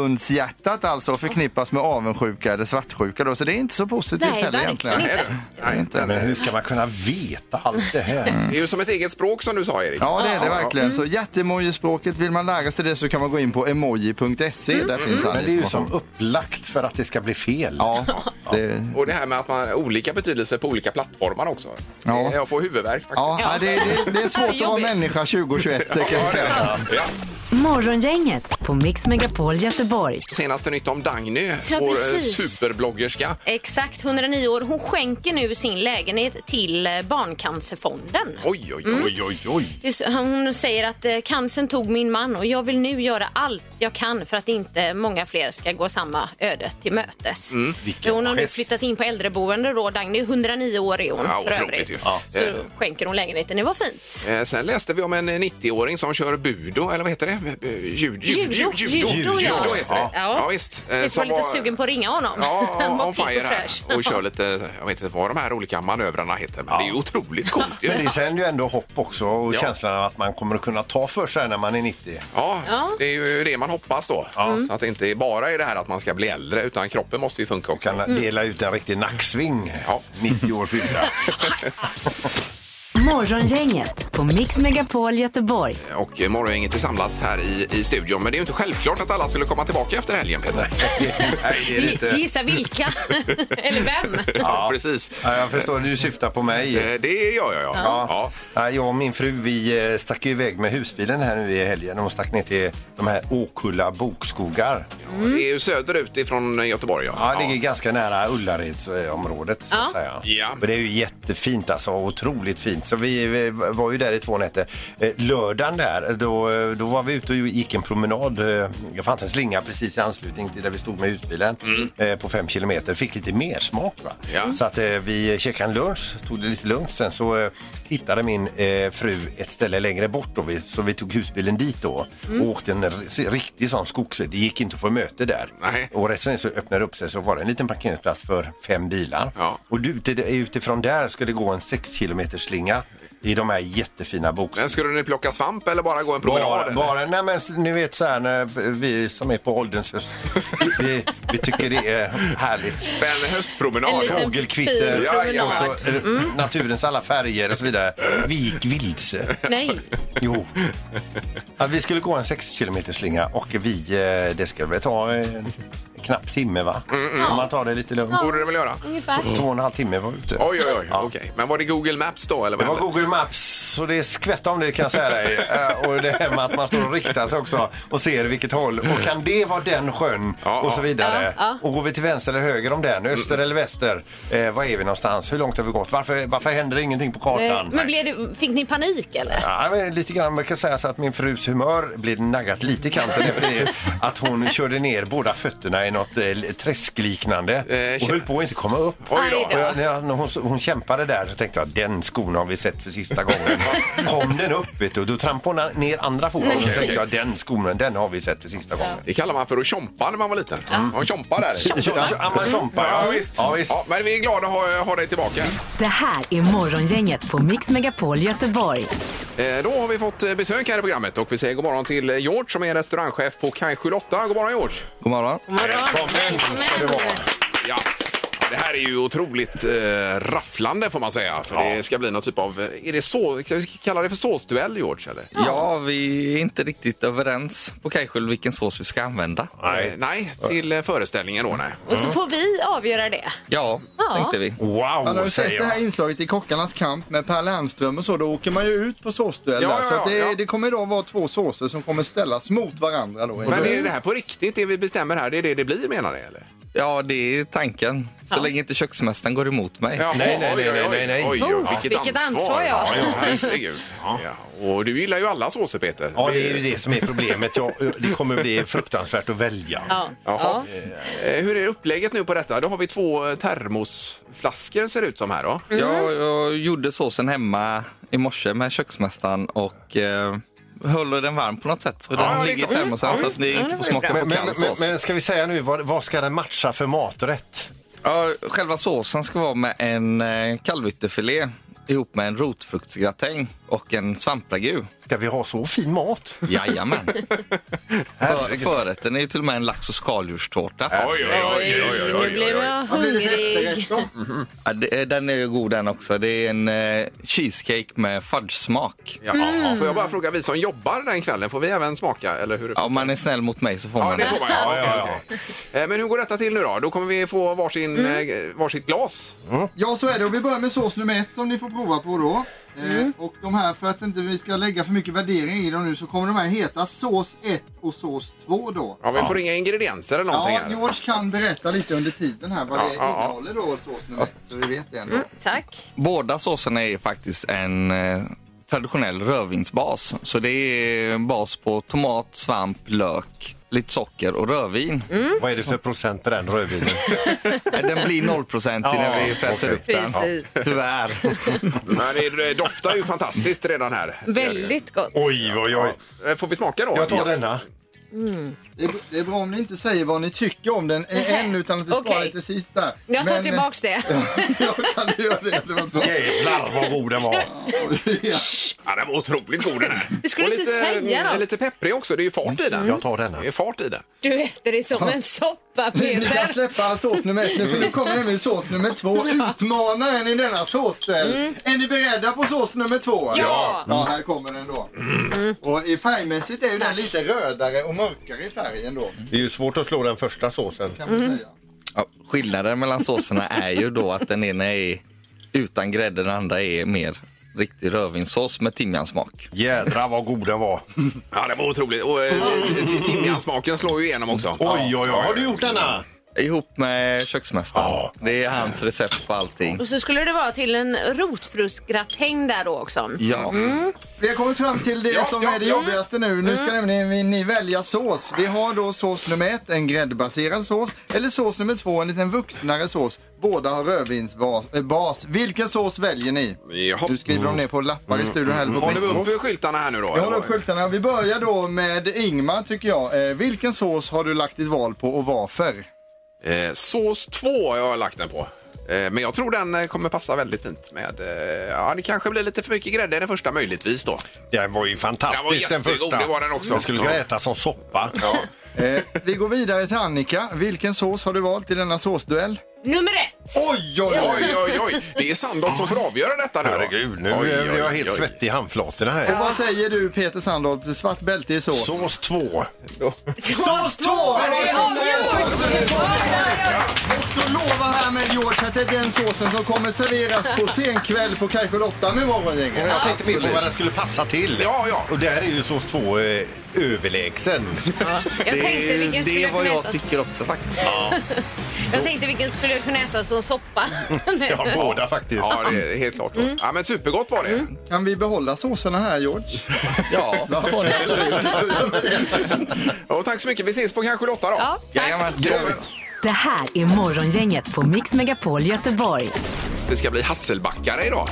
[SPEAKER 7] avundshjärtat alltså och förknippas med avundsjuka eller svartsjuka då, så det är inte så positivt
[SPEAKER 5] Nej,
[SPEAKER 7] heller egentligen.
[SPEAKER 5] verkligen
[SPEAKER 4] Nej, du. Nej, inte.
[SPEAKER 6] Men hur ska man kunna veta allt det här?
[SPEAKER 4] Det är ju som ett eget språk som du sa, Erik.
[SPEAKER 7] Ja, det är det verkligen.
[SPEAKER 4] Mm.
[SPEAKER 7] Så hjärtemojispråket, vill man lära sig det så kan man gå in på emoji.se.
[SPEAKER 4] Mm.
[SPEAKER 7] Där finns all
[SPEAKER 6] Men det är ju
[SPEAKER 7] information.
[SPEAKER 6] som upplagt för att det ska bli fel.
[SPEAKER 7] Ja, det,
[SPEAKER 4] Och det här med att man har olika betydelser på olika plattformar också.
[SPEAKER 7] Ja.
[SPEAKER 4] Jag får huvudvärk faktiskt.
[SPEAKER 7] ja, nej, det, det, det är svårt att vara
[SPEAKER 5] Jobbigt.
[SPEAKER 7] människa 2021 kan jag säga.
[SPEAKER 4] Ja.
[SPEAKER 3] Morgongänget på Mix Megapol Göteborg.
[SPEAKER 4] Senaste nytt om Dagny,
[SPEAKER 5] Ja,
[SPEAKER 4] vår eh,
[SPEAKER 5] precis.
[SPEAKER 4] superbloggerska.
[SPEAKER 5] Exakt 109 år. Hon skänker nu sin lägenhet till eh, Barncancerfonden.
[SPEAKER 4] Oj, oj,
[SPEAKER 5] Mm.
[SPEAKER 4] oj, oj, oj.
[SPEAKER 5] Just, eh, Hon säger att eh, cancern tog min man och jag vill nu göra allt jag kan för att inte många fler ska gå samma öde till mötes.
[SPEAKER 4] Mm.
[SPEAKER 5] För hon har nu
[SPEAKER 6] gest.
[SPEAKER 5] flyttat in på äldreboende då, Dagny. 109 år är hon
[SPEAKER 4] Ja,
[SPEAKER 5] för
[SPEAKER 4] otroligt
[SPEAKER 5] övrigt.
[SPEAKER 4] ju. Ja.
[SPEAKER 5] Ja. Så
[SPEAKER 4] Eh.
[SPEAKER 5] skänker hon lägenheten. Det var fint.
[SPEAKER 4] Eh, Sen läste vi om en eh, 90-åring som kör budo, eller vad heter det? Eh, Ljud, ljud,
[SPEAKER 5] Judo,
[SPEAKER 4] ljud,
[SPEAKER 5] judo, ja.
[SPEAKER 4] Judo heter det.
[SPEAKER 5] Ja.
[SPEAKER 4] visst. Eh,
[SPEAKER 5] Jag
[SPEAKER 4] som
[SPEAKER 5] var lite sugen på att ringa honom.
[SPEAKER 4] Ja,
[SPEAKER 5] Han var
[SPEAKER 4] on
[SPEAKER 5] pigg och
[SPEAKER 4] fire här.
[SPEAKER 5] fräsch.
[SPEAKER 4] Och kör lite, jag vet inte vad de här olika manövrarna heter, men det är ju otroligt coolt ju.
[SPEAKER 6] Men det sänder ju ändå hopp också och
[SPEAKER 4] Ja.
[SPEAKER 6] känslan av att man kommer att kunna ta för sig när man är 90.
[SPEAKER 4] Ja,
[SPEAKER 5] Ja. Mm.
[SPEAKER 4] det är ju det man hoppas då. Så att det inte bara är det här att man ska bli äldre, utan kroppen måste ju funka också.
[SPEAKER 6] Kan dela ut en riktig nacksving,
[SPEAKER 4] Mm. Ja.
[SPEAKER 6] 90 år fyllda.
[SPEAKER 3] Morgongänget på Mix Megapol Göteborg.
[SPEAKER 4] Och eh, morgongänget är samlat här i, i studion. Men det är ju inte självklart att alla skulle komma tillbaka efter helgen, Peter. Nej, det är det
[SPEAKER 5] Gi-
[SPEAKER 4] inte.
[SPEAKER 5] Gissa vilka? Eller vem?
[SPEAKER 4] Ja, precis.
[SPEAKER 6] Ja, jag förstår, du syftar på mig.
[SPEAKER 4] Eh, Det gör jag, ja. ja.
[SPEAKER 6] Ja, jag och min fru vi eh, stack ju iväg med husbilen här nu i helgen. De stack ner till de här Åkulla bokskogar.
[SPEAKER 4] Det är ju söderut ifrån Göteborg, ja.
[SPEAKER 6] Ja, det ligger ganska nära Ullaredsområdet så att säga.
[SPEAKER 4] Ja.
[SPEAKER 6] Men det är ju jättefint alltså, otroligt fint. Så vi, eh, var ju där i två nätter. Eh, Lördagen där, då, eh, då var vi ute och gick en promenad. Eh, Det fanns en slinga precis i anslutning till där vi stod med husbilen eh, på fem kilometer. Fick lite mer smak va?
[SPEAKER 4] Mm. Ja.
[SPEAKER 6] Så att eh, vi käkade en lunch, tog det lite lugnt. Sen så eh, hittade min eh, fru ett ställe längre bort då, vi, så vi tog husbilen dit då
[SPEAKER 4] Mm.
[SPEAKER 6] och åkte en r- riktig sån skogs... Det gick inte att få möte där.
[SPEAKER 4] Nej.
[SPEAKER 6] Och rätt som det är så öppnar det upp sig så var det en liten parkeringsplats för fem bilar.
[SPEAKER 4] Ja.
[SPEAKER 6] Och du- uti- utifrån där ska det gå en sex kilometer slinga i de här jättefina bokstäverna.
[SPEAKER 4] Men skulle ni plocka svamp eller bara gå en promenad?
[SPEAKER 6] Bara,
[SPEAKER 4] eller?
[SPEAKER 6] bara, nej men ni vet så här när vi som är på ålderns höst, vi, vi tycker det är härligt.
[SPEAKER 4] En
[SPEAKER 5] En
[SPEAKER 4] höstpromenad?
[SPEAKER 5] liten
[SPEAKER 6] Fågelkvitter
[SPEAKER 5] fin
[SPEAKER 4] Ja, ja.
[SPEAKER 6] och
[SPEAKER 5] promenad.
[SPEAKER 6] så eh, naturens alla färger och så vidare. Vi gick vilse.
[SPEAKER 5] Nej.
[SPEAKER 6] Jo. Att vi skulle gå en 6 km slinga och vi, eh, det skulle väl ta eh, en knapp timme va? Om man tar det lite lugnt.
[SPEAKER 4] Borde det väl göra?
[SPEAKER 5] Ungefär.
[SPEAKER 6] Två och en halv timme var vi ute.
[SPEAKER 4] Oj, oj, oj. Okej. Men var det Google Maps då? Eller
[SPEAKER 6] Det
[SPEAKER 4] vad
[SPEAKER 6] var
[SPEAKER 4] hände?
[SPEAKER 6] Google Maps, så det är skvätt om det kan jag säga dig. Eh, Och det här med att man står och riktar sig också och ser vilket håll. Och kan det vara den sjön?
[SPEAKER 4] Ja,
[SPEAKER 6] och så
[SPEAKER 4] ja.
[SPEAKER 6] vidare.
[SPEAKER 5] Ja, ja. Mm.
[SPEAKER 6] Och går vi till vänster eller höger om den? Öster eller väster? Eh, var är vi någonstans? Hur långt har vi gått? Varför, varför händer det ingenting på kartan?
[SPEAKER 5] Eh, Men blev det, fick ni panik eller?
[SPEAKER 6] Ja, men lite grann. Man kan säga så att min frus humör blev naggat lite i kanten efter det, att hon körde ner båda fötterna i något eh, träskliknande
[SPEAKER 4] Eh,
[SPEAKER 6] och höll på att inte komma upp.
[SPEAKER 4] Oj då.
[SPEAKER 5] Aj
[SPEAKER 6] Och jag, när jag, när hon, hon kämpade där så tänkte jag den skon har vi sett för sista gången. Kom den upp vet du, då trampade hon ner andra foten. och så tänkte jag den skon den har vi sett för sista gången.
[SPEAKER 4] Det kallar man för att tjompa när man var liten. Mm. Ja, tjompa där.
[SPEAKER 6] Ja, man chompar,
[SPEAKER 4] Ja, visst.
[SPEAKER 6] Ja, visst.
[SPEAKER 4] Ja, men vi är glada att ha, ha dig tillbaka.
[SPEAKER 3] Det här är Morgongänget på Mix Megapol Göteborg.
[SPEAKER 4] Eh, Då har vi fått eh, besök här i programmet och vi säger god morgon till eh, George som är restaurangchef på Kaj 78. God morgon George!
[SPEAKER 11] God morgon.
[SPEAKER 6] Välkommen ska du vara.
[SPEAKER 4] Ja. Ja, Det här är ju otroligt eh, rafflande får man säga. För Det ska bli någon typ av, är det så, ska vi kalla det för såsduell George? Eller?
[SPEAKER 7] Ja, vi är inte riktigt överens på Kajskjul vilken sås vi ska använda.
[SPEAKER 4] Nej. Nej, till eh, föreställningen då nej.
[SPEAKER 5] Och så får vi avgöra det.
[SPEAKER 7] Ja,
[SPEAKER 5] Ja.
[SPEAKER 7] tänkte vi.
[SPEAKER 11] Man har
[SPEAKER 6] Wow,
[SPEAKER 11] du sett
[SPEAKER 6] säger
[SPEAKER 11] det här
[SPEAKER 6] jag.
[SPEAKER 11] inslaget i Kockarnas kamp med Per Lernström och så, då åker man ju ut på såsdueller.
[SPEAKER 4] Ja, ja, ja,
[SPEAKER 11] så att det,
[SPEAKER 4] ja.
[SPEAKER 11] det kommer idag vara två såser som kommer ställas mot varandra då.
[SPEAKER 4] Men
[SPEAKER 7] Mm.
[SPEAKER 4] är det här på riktigt, det vi bestämmer här, det är det det blir menar ni eller?
[SPEAKER 7] Ja, det är tanken. Så länge inte köksmästaren går emot mig.
[SPEAKER 4] Ja,
[SPEAKER 6] Nej,
[SPEAKER 4] oj,
[SPEAKER 6] nej, nej,
[SPEAKER 4] oj, oj,
[SPEAKER 6] nej, nej.
[SPEAKER 4] Oj, oj,
[SPEAKER 5] Oh,
[SPEAKER 4] vilket,
[SPEAKER 5] vilket
[SPEAKER 4] ansvar!
[SPEAKER 5] ansvar, ja.
[SPEAKER 4] ja, herregud. Ja, och du gillar ju alla såser, Peter.
[SPEAKER 6] Ja, det är ju det som är problemet. Jag, det kommer bli fruktansvärt att välja.
[SPEAKER 5] Ja.
[SPEAKER 4] Jaha.
[SPEAKER 5] Ja.
[SPEAKER 4] Eh, Hur är upplägget nu på detta? Då har vi två eh, termosflaskor ser det ut som här då.
[SPEAKER 7] Jag, jag gjorde såsen hemma i morse med köksmästaren och eh, höll den varm på något sätt. Så
[SPEAKER 4] ja, det är
[SPEAKER 7] den ligger i
[SPEAKER 4] klart.
[SPEAKER 7] termosen så att ni inte får smaka på
[SPEAKER 6] Men, men,
[SPEAKER 7] kall
[SPEAKER 6] men,
[SPEAKER 7] sås.
[SPEAKER 6] men ska vi säga nu, vad, vad ska den matcha för maträtt?
[SPEAKER 7] Ja, själva såsen ska vara med en eh, kalvytterfilé ihop med en rotfruktsgratäng och en svampragu.
[SPEAKER 6] Ska vi ha så fin mat?
[SPEAKER 7] Jajamän. För, förrätten är ju till och med en lax och skaldjurstårta.
[SPEAKER 4] Oj, oj,
[SPEAKER 5] Oj, nu blev jag
[SPEAKER 11] Vad blir det för
[SPEAKER 5] hungrig.
[SPEAKER 11] efterrätt då?
[SPEAKER 7] Ja, det- eh, Den är ju god den också. Det är en eh, cheesecake med fudge-smak.
[SPEAKER 4] Ja,
[SPEAKER 5] Mm.
[SPEAKER 4] jaha. Får jag bara fråga, vi som jobbar den kvällen, får vi även smaka? Eller hur?
[SPEAKER 7] Ja, om man är snäll mot mig så får
[SPEAKER 4] Ja,
[SPEAKER 7] man
[SPEAKER 4] det
[SPEAKER 7] det.
[SPEAKER 4] får man. Ja, okej, okej. Eh, Men hur går detta till nu då? Då kommer vi få varsin, mm. varsitt glas.
[SPEAKER 11] Ja, så är det. Och vi börjar med sås nummer ett som ni får prova på då.
[SPEAKER 5] Mm.
[SPEAKER 11] Eh, och de här, för att inte vi ska lägga för mycket värdering i dem nu, så kommer de här heta sås 1 och sås 2 då.
[SPEAKER 4] Ja, vi får inga ingredienser eller någonting.
[SPEAKER 11] Ja,
[SPEAKER 4] här.
[SPEAKER 11] George kan berätta lite under tiden här vad
[SPEAKER 4] Ja,
[SPEAKER 11] det
[SPEAKER 4] ja, ja.
[SPEAKER 11] innehåller då, sås nummer ett, så vi vet det ändå.
[SPEAKER 5] Mm, tack.
[SPEAKER 7] Båda såserna är faktiskt en eh, traditionell rödvinsbas. Så det är en bas på tomat, svamp, lök, lite socker och rödvin.
[SPEAKER 5] Mm.
[SPEAKER 6] Mm. Vad är det för procent på den rödvinen?
[SPEAKER 7] Eh, Den blir 0 när vi
[SPEAKER 6] Ja,
[SPEAKER 7] pressar
[SPEAKER 6] okej.
[SPEAKER 7] upp den.
[SPEAKER 5] Precis.
[SPEAKER 7] Tyvärr.
[SPEAKER 4] Men det, det doftar ju fantastiskt redan här.
[SPEAKER 5] Väldigt gott.
[SPEAKER 6] oj, oj, oj.
[SPEAKER 4] Eh, Får vi smaka då?
[SPEAKER 6] Jag tar denna.
[SPEAKER 11] Det är, det är bra om ni inte säger vad ni tycker om den ä-
[SPEAKER 5] Nej.
[SPEAKER 11] än utan att vi sparar
[SPEAKER 5] Okej.
[SPEAKER 11] lite sist där.
[SPEAKER 5] Jag tar
[SPEAKER 11] Men,
[SPEAKER 5] tillbaks det.
[SPEAKER 11] Ja, kan du göra det? Det var bra.
[SPEAKER 6] Jävlar vad god den var.
[SPEAKER 11] Ja.
[SPEAKER 4] Ja, den var otroligt god den här.
[SPEAKER 5] Du skulle
[SPEAKER 4] Och
[SPEAKER 5] inte
[SPEAKER 4] lite,
[SPEAKER 5] säga
[SPEAKER 4] eh,
[SPEAKER 5] något.
[SPEAKER 4] Lite pepprig också, det är ju fart i den.
[SPEAKER 6] Jag tar denna.
[SPEAKER 4] Det är fart i den.
[SPEAKER 5] Du äter det som en soppa,
[SPEAKER 11] Ni kan
[SPEAKER 5] Peter.
[SPEAKER 11] släppa sås nummer ett nu för
[SPEAKER 4] Mm.
[SPEAKER 11] nu kommer nämligen sås nummer två. Utmanaren i denna såsställ. Är ni beredda på sås nummer två?
[SPEAKER 5] Mm. Ja. Mm.
[SPEAKER 11] Ja, här kommer den då. Och i färgmässigt är ju den lite rödare och mörkare i färgen då.
[SPEAKER 6] Det är ju svårt att slå den första såsen.
[SPEAKER 11] Kan man
[SPEAKER 5] Mm.
[SPEAKER 11] säga.
[SPEAKER 7] Ja, skillnaden mellan såserna är ju då att den ena är utan grädde, den andra är mer riktig rödvinssås med timjansmak.
[SPEAKER 6] Jädrar vad god den var.
[SPEAKER 4] Ja, den var otroligt. Och eh, ti- timjansmaken slår ju igenom också.
[SPEAKER 6] Oj, oj, oj. Har du gjort denna?
[SPEAKER 7] Ihop med köksmästaren.
[SPEAKER 6] Ja.
[SPEAKER 7] Det är hans recept på allting.
[SPEAKER 5] Och så skulle det vara till en rotfruktsgratäng där då också.
[SPEAKER 7] Ja.
[SPEAKER 5] Mm.
[SPEAKER 11] Vi har kommit fram till det
[SPEAKER 4] Ja,
[SPEAKER 11] som
[SPEAKER 4] ja,
[SPEAKER 11] är det
[SPEAKER 4] ja. Mm.
[SPEAKER 11] jobbigaste nu. Nu ska nämligen ni, ni välja sås. Vi har då sås nummer ett, en gräddbaserad sås. Eller sås nummer två, en liten vuxnare sås. Båda har rödvinsbas. eh, bas. Vilken sås väljer ni?
[SPEAKER 4] Jaha. Mm.
[SPEAKER 11] Nu skriver de ner på lappar i studion här.
[SPEAKER 4] Håller vi upp skyltarna här nu då?
[SPEAKER 11] Jag
[SPEAKER 4] eller
[SPEAKER 11] håller upp
[SPEAKER 4] vad?
[SPEAKER 11] skyltarna. Vi börjar då med Ingmar tycker jag. Eh, vilken sås har du lagt ditt val på och varför?
[SPEAKER 4] Eh, sås 2 har jag lagt den på. Eh, Men jag tror den eh, kommer passa väldigt fint med... eh, Ja, det kanske blir lite för mycket grädde i den första möjligtvis då.
[SPEAKER 6] Den var ju fantastisk
[SPEAKER 4] Den
[SPEAKER 6] den,
[SPEAKER 4] var jättegod,
[SPEAKER 6] första.
[SPEAKER 4] det var den också.
[SPEAKER 6] Den skulle
[SPEAKER 4] Ja.
[SPEAKER 6] kunna äta som soppa.
[SPEAKER 11] Eh, vi går vidare till Annika. Vilken sås har du valt i denna såsduell?
[SPEAKER 5] Nummer ett.
[SPEAKER 11] Oj, oj,
[SPEAKER 4] Oj, oj, oj! Det är Sandholt som får avgöra detta nu. då.
[SPEAKER 6] Herregud, nu
[SPEAKER 4] Oj,
[SPEAKER 6] är
[SPEAKER 4] oj,
[SPEAKER 6] jag helt
[SPEAKER 4] oj.
[SPEAKER 6] svettig i handflatorna här.
[SPEAKER 11] Och vad säger du Peter Sandholt? Svart bälte i sås.
[SPEAKER 6] Sås 2.
[SPEAKER 11] Sås 2! Så lovar härmed George att det är den såsen som kommer serveras på scenkväll på Kajko Lotta med Morgongänget.
[SPEAKER 6] Jag tänkte mer på vad den skulle passa till.
[SPEAKER 4] Ja, ja.
[SPEAKER 6] Och där är ju sås 2 eh, överlägsen.
[SPEAKER 5] Jag tänkte vilken skulle
[SPEAKER 7] det är
[SPEAKER 5] jag
[SPEAKER 7] vad
[SPEAKER 5] kunna
[SPEAKER 7] jag
[SPEAKER 5] äta.
[SPEAKER 7] tycker också faktiskt.
[SPEAKER 5] Jag tänkte vilken skulle jag kunna äta som soppa.
[SPEAKER 6] Ja, båda faktiskt.
[SPEAKER 4] Ja, det är helt klart. då.
[SPEAKER 7] Mm.
[SPEAKER 4] Ja, men supergott var det.
[SPEAKER 11] Kan vi behålla såserna här George?
[SPEAKER 7] Ja, det får ni absolut.
[SPEAKER 4] Och tack så mycket. Vi ses på kanske Lotta då.
[SPEAKER 5] Ja,
[SPEAKER 7] Jajamän.
[SPEAKER 3] Det här är Morgongänget på Mix Megapol Göteborg.
[SPEAKER 4] Det ska bli Hasselbackare idag.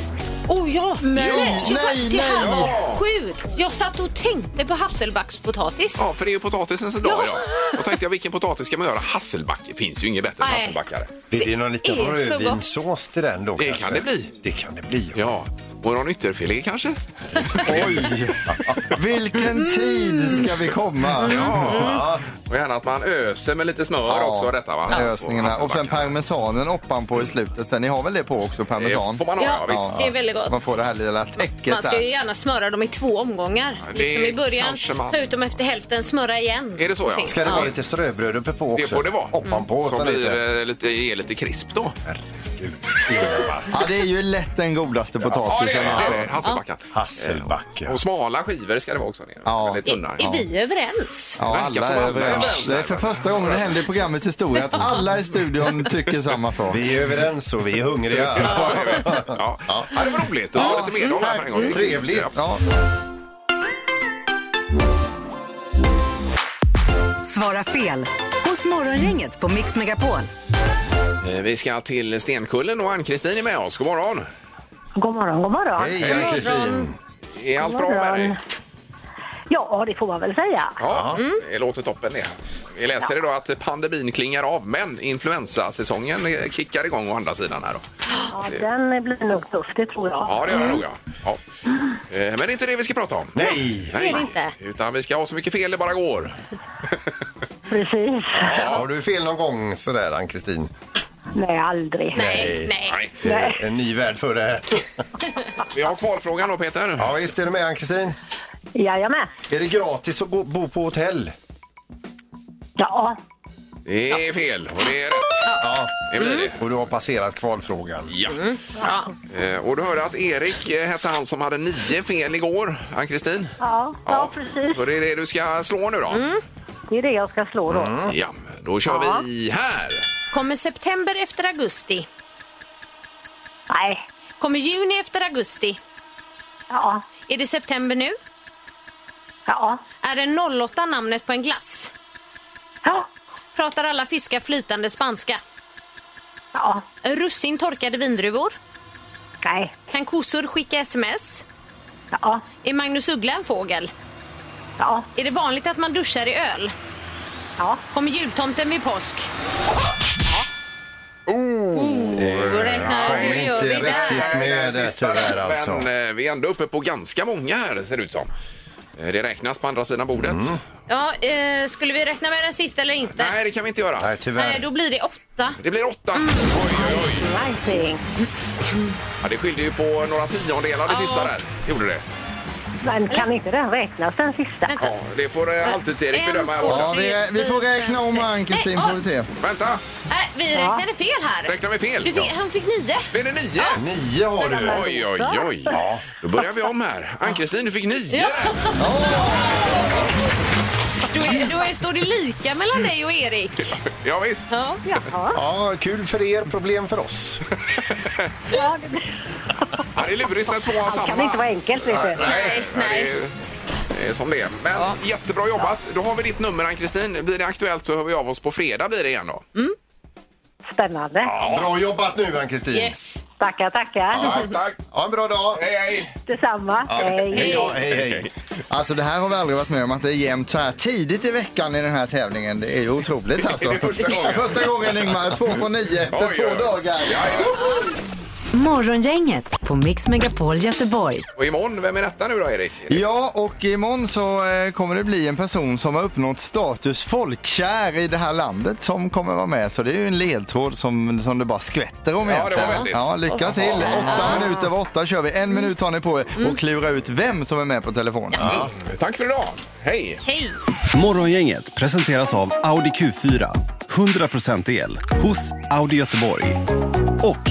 [SPEAKER 5] Oh ja!
[SPEAKER 11] Nej, nej,
[SPEAKER 5] Det här
[SPEAKER 11] nej.
[SPEAKER 5] var sjukt! Jag satt och tänkte på hasselbackspotatis.
[SPEAKER 4] Ja, för det är ju potatisens dag
[SPEAKER 5] Ja.
[SPEAKER 4] idag. Då tänkte jag, vilken potatis ska man göra? Hasselback. Det finns ju inget bättre än
[SPEAKER 5] Nej.
[SPEAKER 4] hasselbackare.
[SPEAKER 6] Blir det någon liten
[SPEAKER 5] är så gott.
[SPEAKER 6] rödvinssås till den då
[SPEAKER 4] Det
[SPEAKER 6] kanske?
[SPEAKER 4] kan det bli.
[SPEAKER 6] Det kan det bli.
[SPEAKER 4] Ja, och någon ytterfilé kanske?
[SPEAKER 6] Oj!
[SPEAKER 11] Vilken tid ska vi komma?
[SPEAKER 4] Ja, Mm. och gärna att man öser med lite smör
[SPEAKER 11] Ja.
[SPEAKER 4] också. Detta, va?
[SPEAKER 11] Lösningarna. Och sen parmesanen ovanpå i slutet. Sen, ni har väl det på också, parmesan?
[SPEAKER 4] Det får man ha, ja, visst.
[SPEAKER 5] det är väldigt gott.
[SPEAKER 11] Man får det här lilla täcket
[SPEAKER 5] Man ska ju
[SPEAKER 11] där.
[SPEAKER 5] gärna smörja dem i två omgångar.
[SPEAKER 4] det
[SPEAKER 5] liksom i början,
[SPEAKER 4] kanske man-
[SPEAKER 5] ta ut dem efter hälften, smörja igen.
[SPEAKER 4] Är det så,
[SPEAKER 5] Och
[SPEAKER 4] ja?
[SPEAKER 5] sen-
[SPEAKER 6] Ska det vara lite ströbröd uppe på också?
[SPEAKER 4] Det får det vara. Mm.
[SPEAKER 6] Oppanpå.
[SPEAKER 4] Så
[SPEAKER 6] så
[SPEAKER 4] blir
[SPEAKER 6] lite.
[SPEAKER 4] det lite, ger lite krisp då.
[SPEAKER 6] Herregud.
[SPEAKER 11] Ja, det är ju lätt den godaste potatisen.
[SPEAKER 4] Ja,
[SPEAKER 11] alltså.
[SPEAKER 4] det är det. Hasselbackan.
[SPEAKER 6] Hasselbacke.
[SPEAKER 4] Och smala skivor ska det vara också. Ner.
[SPEAKER 11] Ja.
[SPEAKER 4] Väldigt tunna.
[SPEAKER 5] Är vi överens?
[SPEAKER 11] Ja,
[SPEAKER 4] verkar
[SPEAKER 11] alla
[SPEAKER 4] som alla
[SPEAKER 11] är
[SPEAKER 4] är
[SPEAKER 11] överens.
[SPEAKER 4] överens
[SPEAKER 11] Det är
[SPEAKER 4] här.
[SPEAKER 11] för första gången det händer i programmets historia att alla i studion tycker samma sak.
[SPEAKER 6] Vi är överens och vi är hungriga.
[SPEAKER 4] Ja, det är det. ja. ja, det var roligt. Det var lite medhåll här för en gång
[SPEAKER 11] Mm.
[SPEAKER 4] skull.
[SPEAKER 6] Trevligt.
[SPEAKER 4] Ja.
[SPEAKER 11] Ja,
[SPEAKER 3] Svara fel hos Morgongänget på Mix Megapol.
[SPEAKER 4] Eh, Vi ska till Stenkullen och Ann-Kristin är med oss. God morgon.
[SPEAKER 8] God morgon, god morgon.
[SPEAKER 6] Hej Ann-Kristin!
[SPEAKER 4] Är allt bra med dig?
[SPEAKER 8] Ja, det får man väl säga.
[SPEAKER 4] Ja, Mm. det låter toppen det. Vi läser idag att pandemin klingar av men influensasäsongen eh, kickar igång å andra sidan här då.
[SPEAKER 8] Ja, den blir nog tuff, det tror jag.
[SPEAKER 4] Ja, det gör det nog ja. ja. Eh, Men det är inte det vi ska prata om.
[SPEAKER 6] Nej!
[SPEAKER 4] Nej,
[SPEAKER 5] det inte.
[SPEAKER 4] utan vi ska ha så mycket fel det bara går.
[SPEAKER 8] Precis.
[SPEAKER 6] Ja, har du fel någon gång sådär Ann-Kristin?
[SPEAKER 8] Nej, aldrig.
[SPEAKER 5] Nej, nej.
[SPEAKER 4] Nej.
[SPEAKER 8] Nej.
[SPEAKER 6] En ny värld för det här.
[SPEAKER 4] Vi har kvalfrågan då Peter.
[SPEAKER 6] Ja, visst är du med Ann-Kristin?
[SPEAKER 8] Jajamän.
[SPEAKER 6] Är det gratis att gå, bo på hotell?
[SPEAKER 8] Ja,
[SPEAKER 4] Det är fel och det är rätt. Det blir det.
[SPEAKER 6] Och du har passerat kvalfrågan.
[SPEAKER 4] Ja. Eh, Och du hörde att Erik eh, hette han som hade nio fel igår, Ann-Kristin.
[SPEAKER 8] ja, ja, precis.
[SPEAKER 4] Så det är det du ska slå nu då?
[SPEAKER 8] Det är det jag ska slå då.
[SPEAKER 4] Ja, då kör
[SPEAKER 8] Ja.
[SPEAKER 4] vi här.
[SPEAKER 5] Kommer september efter augusti?
[SPEAKER 8] Nej,
[SPEAKER 5] Kommer juni efter augusti?
[SPEAKER 8] ja,
[SPEAKER 5] Är det september nu?
[SPEAKER 8] ja,
[SPEAKER 5] Är det 08 namnet på en glass?
[SPEAKER 8] ja,
[SPEAKER 5] Pratar alla fiskar flytande spanska?
[SPEAKER 8] ja,
[SPEAKER 5] Russin torkade vindruvor?
[SPEAKER 8] nej,
[SPEAKER 5] Kan kossor skicka sms?
[SPEAKER 8] ja,
[SPEAKER 5] Är Magnus Uggla en fågel?
[SPEAKER 8] ja,
[SPEAKER 5] Är det vanligt att man duschar i öl?
[SPEAKER 8] ja.
[SPEAKER 5] Kommer jultomten vid påsk? Oh! Då räknar
[SPEAKER 6] Kom
[SPEAKER 5] vi. Hur gör
[SPEAKER 6] inte
[SPEAKER 5] vi
[SPEAKER 6] riktigt
[SPEAKER 5] där?
[SPEAKER 6] med det tyvärr alltså.
[SPEAKER 4] Men eh, vi är ändå uppe på ganska många här ser det ut som. Eh, Det räknas på andra sidan bordet.
[SPEAKER 5] Ja, eh, skulle vi räkna med den sista eller inte?
[SPEAKER 4] Nej, det kan vi inte göra.
[SPEAKER 6] Nej,
[SPEAKER 5] Nej,
[SPEAKER 6] tyvärr.
[SPEAKER 5] då blir det åtta.
[SPEAKER 4] Det blir åtta. Oj, oj, oj.
[SPEAKER 8] Rising.
[SPEAKER 4] Ja, det skilde ju på några tiondelar det sista där. Gjorde det.
[SPEAKER 8] Men kan inte den räknas, den sista?
[SPEAKER 5] Vänta.
[SPEAKER 4] Ja, det får eh, Halvtids-Erik
[SPEAKER 5] En,
[SPEAKER 4] bedöma här
[SPEAKER 5] två.
[SPEAKER 4] borta.
[SPEAKER 11] ja vi, vi får räkna om Ann-Kristin får vi se.
[SPEAKER 4] Vänta,
[SPEAKER 5] Nej, vi räknade fel här.
[SPEAKER 4] räknar vi fel?
[SPEAKER 5] Du fick, han fick nio.
[SPEAKER 4] Blev det nio?
[SPEAKER 6] Nio har du!
[SPEAKER 4] Oj, oj, oj. Då börjar vi om här. Ann-Kristin, du fick nio
[SPEAKER 5] Ja.
[SPEAKER 4] rätt.
[SPEAKER 5] Då, är, då är, står det lika mellan dig och Erik.
[SPEAKER 4] Ja, visst.
[SPEAKER 5] Ja.
[SPEAKER 8] Ja,
[SPEAKER 6] Ja, kul för er, problem för oss.
[SPEAKER 8] ja det,
[SPEAKER 4] Ja, det är lurigt när två har
[SPEAKER 8] allt
[SPEAKER 4] samma.
[SPEAKER 8] kan inte vara enkelt, vet du.
[SPEAKER 4] Nej, nej. Det är, det är som det är. Men jättebra jobbat. Då har vi ditt nummer, Ann-Kristin. Blir det aktuellt så hör vi av oss på fredag blir det igen då.
[SPEAKER 8] Spännande.
[SPEAKER 6] Bra jobbat nu Ann-Kristin!
[SPEAKER 5] Yes.
[SPEAKER 8] Tackar, tackar.
[SPEAKER 4] Ja, tack.
[SPEAKER 6] Ha en bra dag!
[SPEAKER 4] Hej, hej!
[SPEAKER 8] Detsamma. Hej.
[SPEAKER 4] Hej då.
[SPEAKER 6] Hej, hej.
[SPEAKER 11] Alltså det här har vi aldrig varit med om, att det är jämnt så här tidigt i veckan i den här tävlingen. Det är ju otroligt alltså.
[SPEAKER 4] Är det första gången?
[SPEAKER 11] Första gången Ingmar, två på nio efter
[SPEAKER 4] Oj,
[SPEAKER 11] två
[SPEAKER 4] oj, oj.
[SPEAKER 11] dagar.
[SPEAKER 12] Morgongänget på Mix Megapol Göteborg.
[SPEAKER 4] Och imorgon, vem är detta nu då, Erik?
[SPEAKER 11] Ja, och imorgon så eh, kommer det bli en person som har uppnått status folkkär i det här landet som kommer vara med. Så det är ju en ledtråd som, som det bara skvätter om
[SPEAKER 4] Ja, det var
[SPEAKER 11] egentligen.
[SPEAKER 4] väldigt. Mm.
[SPEAKER 11] Ja, lycka till! Åtta minuter över åtta kör vi. En minut har ni på er och klura ut vem som är med på telefonen.
[SPEAKER 4] Ja. Tack för idag. Hej!
[SPEAKER 5] Hej!
[SPEAKER 13] Morgongänget presenteras av Audi Q4. 100% el hos Audi Göteborg. Och